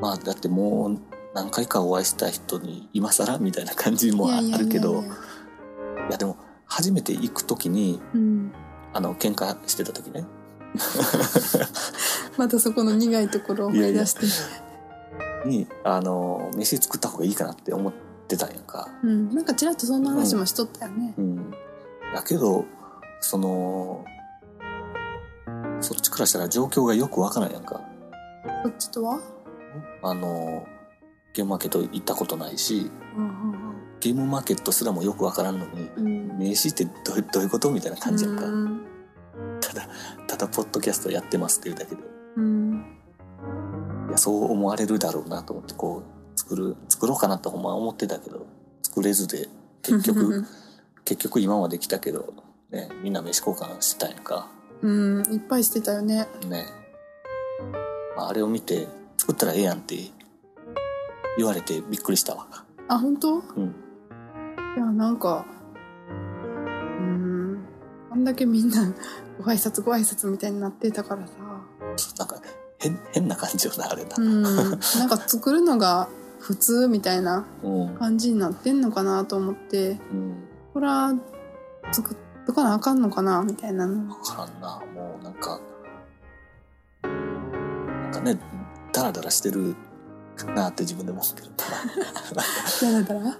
S1: まあだってもう何回かお会いした人に今更みたいな感じもあ
S2: いやいやいや
S1: あ
S2: いや
S1: るけどいやでも初めて行く時に
S2: うん、
S1: あの喧嘩してた時ね
S2: またそこの苦いところを思い出して
S1: にあの飯作った方がいいかなって思ってたんやんか
S2: うん、なんかちらっとそんな話もしとったよね、
S1: うんだけどそのそっちからしたら状況がよくわからんやんか
S2: そっちとは
S1: あのゲームマーケット行ったことないし
S2: うん
S1: ゲームマーケットすらもよくわからんのに
S2: うんうん
S1: 名刺ってどうどういうことみたいな感じやんか、
S2: うん
S1: ただただポッドキャストやってますっていうだけで
S2: うん
S1: いやそう思われるだろうなと思ってこう作る作ろうかなとほんま思ってたけど作れずで結 局結局今まで来たけど、ね、みんな名刺交換してたんやんか
S2: うんいっぱいしてたよね
S1: ねまああれを見て作ったらええやんって言われてびっくりしたわ
S2: あ本当い
S1: うん
S2: やなんかうんあんだけみんなご挨拶ご挨拶みたいになってたからさ
S1: そうなんか変変な感じよなあれな、
S2: うん、なんか作るのが普通みたいな
S1: うん
S2: 感じになってんのかなと思って
S1: うん、
S2: これは作っとかなあかんのかなみたいなの
S1: 分からんなもうなんかなんかねダラダラしてるなって自分でも思ってる
S2: だらだら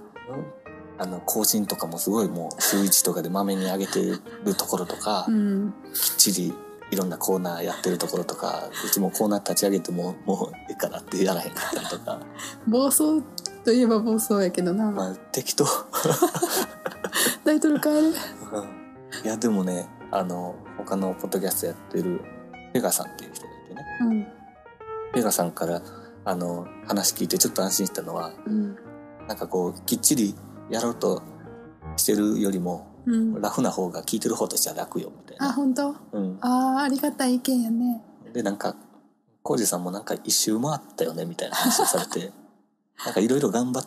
S1: あの更新とかもすごいもう週1とかでまめに上げてるところとか、
S2: うん
S1: きっちりいろんなコーナーやってるところとかうちもコーナー立ち上げてももうええかなってやらへんかったりとか、
S2: 暴走といえば暴走やけどな、
S1: まあ、適当
S2: タイトル変える
S1: いやでもねあの他のポッドキャストやってるペガさんっていう人がいてね
S2: うん
S1: ペガさんからあの話聞いてちょっと安心したのは
S2: うん
S1: なんかこうきっちりやろうとしてるよりも
S2: うん
S1: ラフな方が聞いてる方としては楽よみたい
S2: あ
S1: な、
S2: 本当
S1: うん、
S2: あーありがたい意見やね
S1: でなんか浩二さんもなんか一周回ったよねみたいな話をされてなんかいろいろ頑張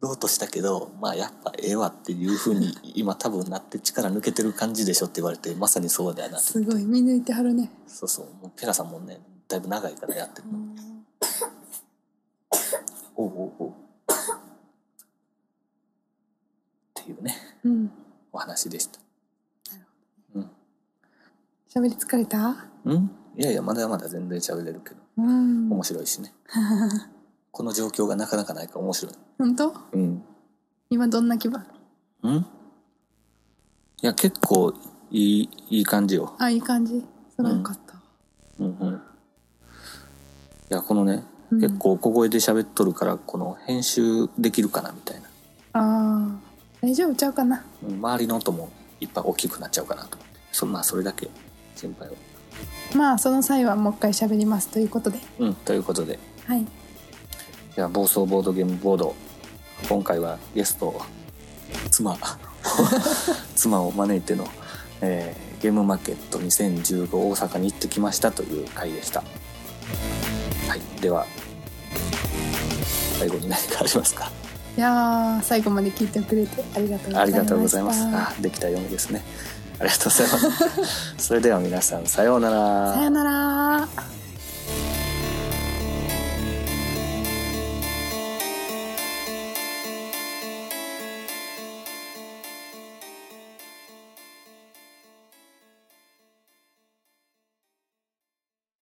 S1: ろうとしたけどまあやっぱええわっていうふうに今多分なって力抜けてる感じでしょって言われてまさにそうだよなって
S2: すごい見抜いてはるね
S1: そうそうもうペラさんもねだいぶ長いからやってるのおうおうおうっていうね
S2: うん
S1: お話でした
S2: 喋り疲れた
S1: うんいやいやまだまだ全然喋れるけど
S2: うん
S1: 面白い しねこの状況がなかなかないから面白い
S2: 本当
S1: うん
S2: 今どんな気分
S1: うんいや結構いいいい感じよ、
S2: あいい感じそらよかった、
S1: うんうん、いやこのね、
S2: うん
S1: 結構小声で喋っとるからこの編集できるかなみたいな、
S2: あー大丈夫ちゃうかな
S1: うん周りの音もいっぱい大きくなっちゃうかなと思ってそまあそれだけ心配を
S2: まあその際はもう一回喋りますということで
S1: うんということで
S2: はい
S1: じゃあ暴走ボードゲームボード今回はゲスト妻 妻を招いての、えーゲームマーケット2015大阪に行ってきましたという回でしたはいでは最後に何かありますか
S2: いやー最後まで聞いてくれてありがとうございました
S1: ありがとうございますあできたよう ですねありがとうございますそれでは皆さんさようなら
S2: さよなら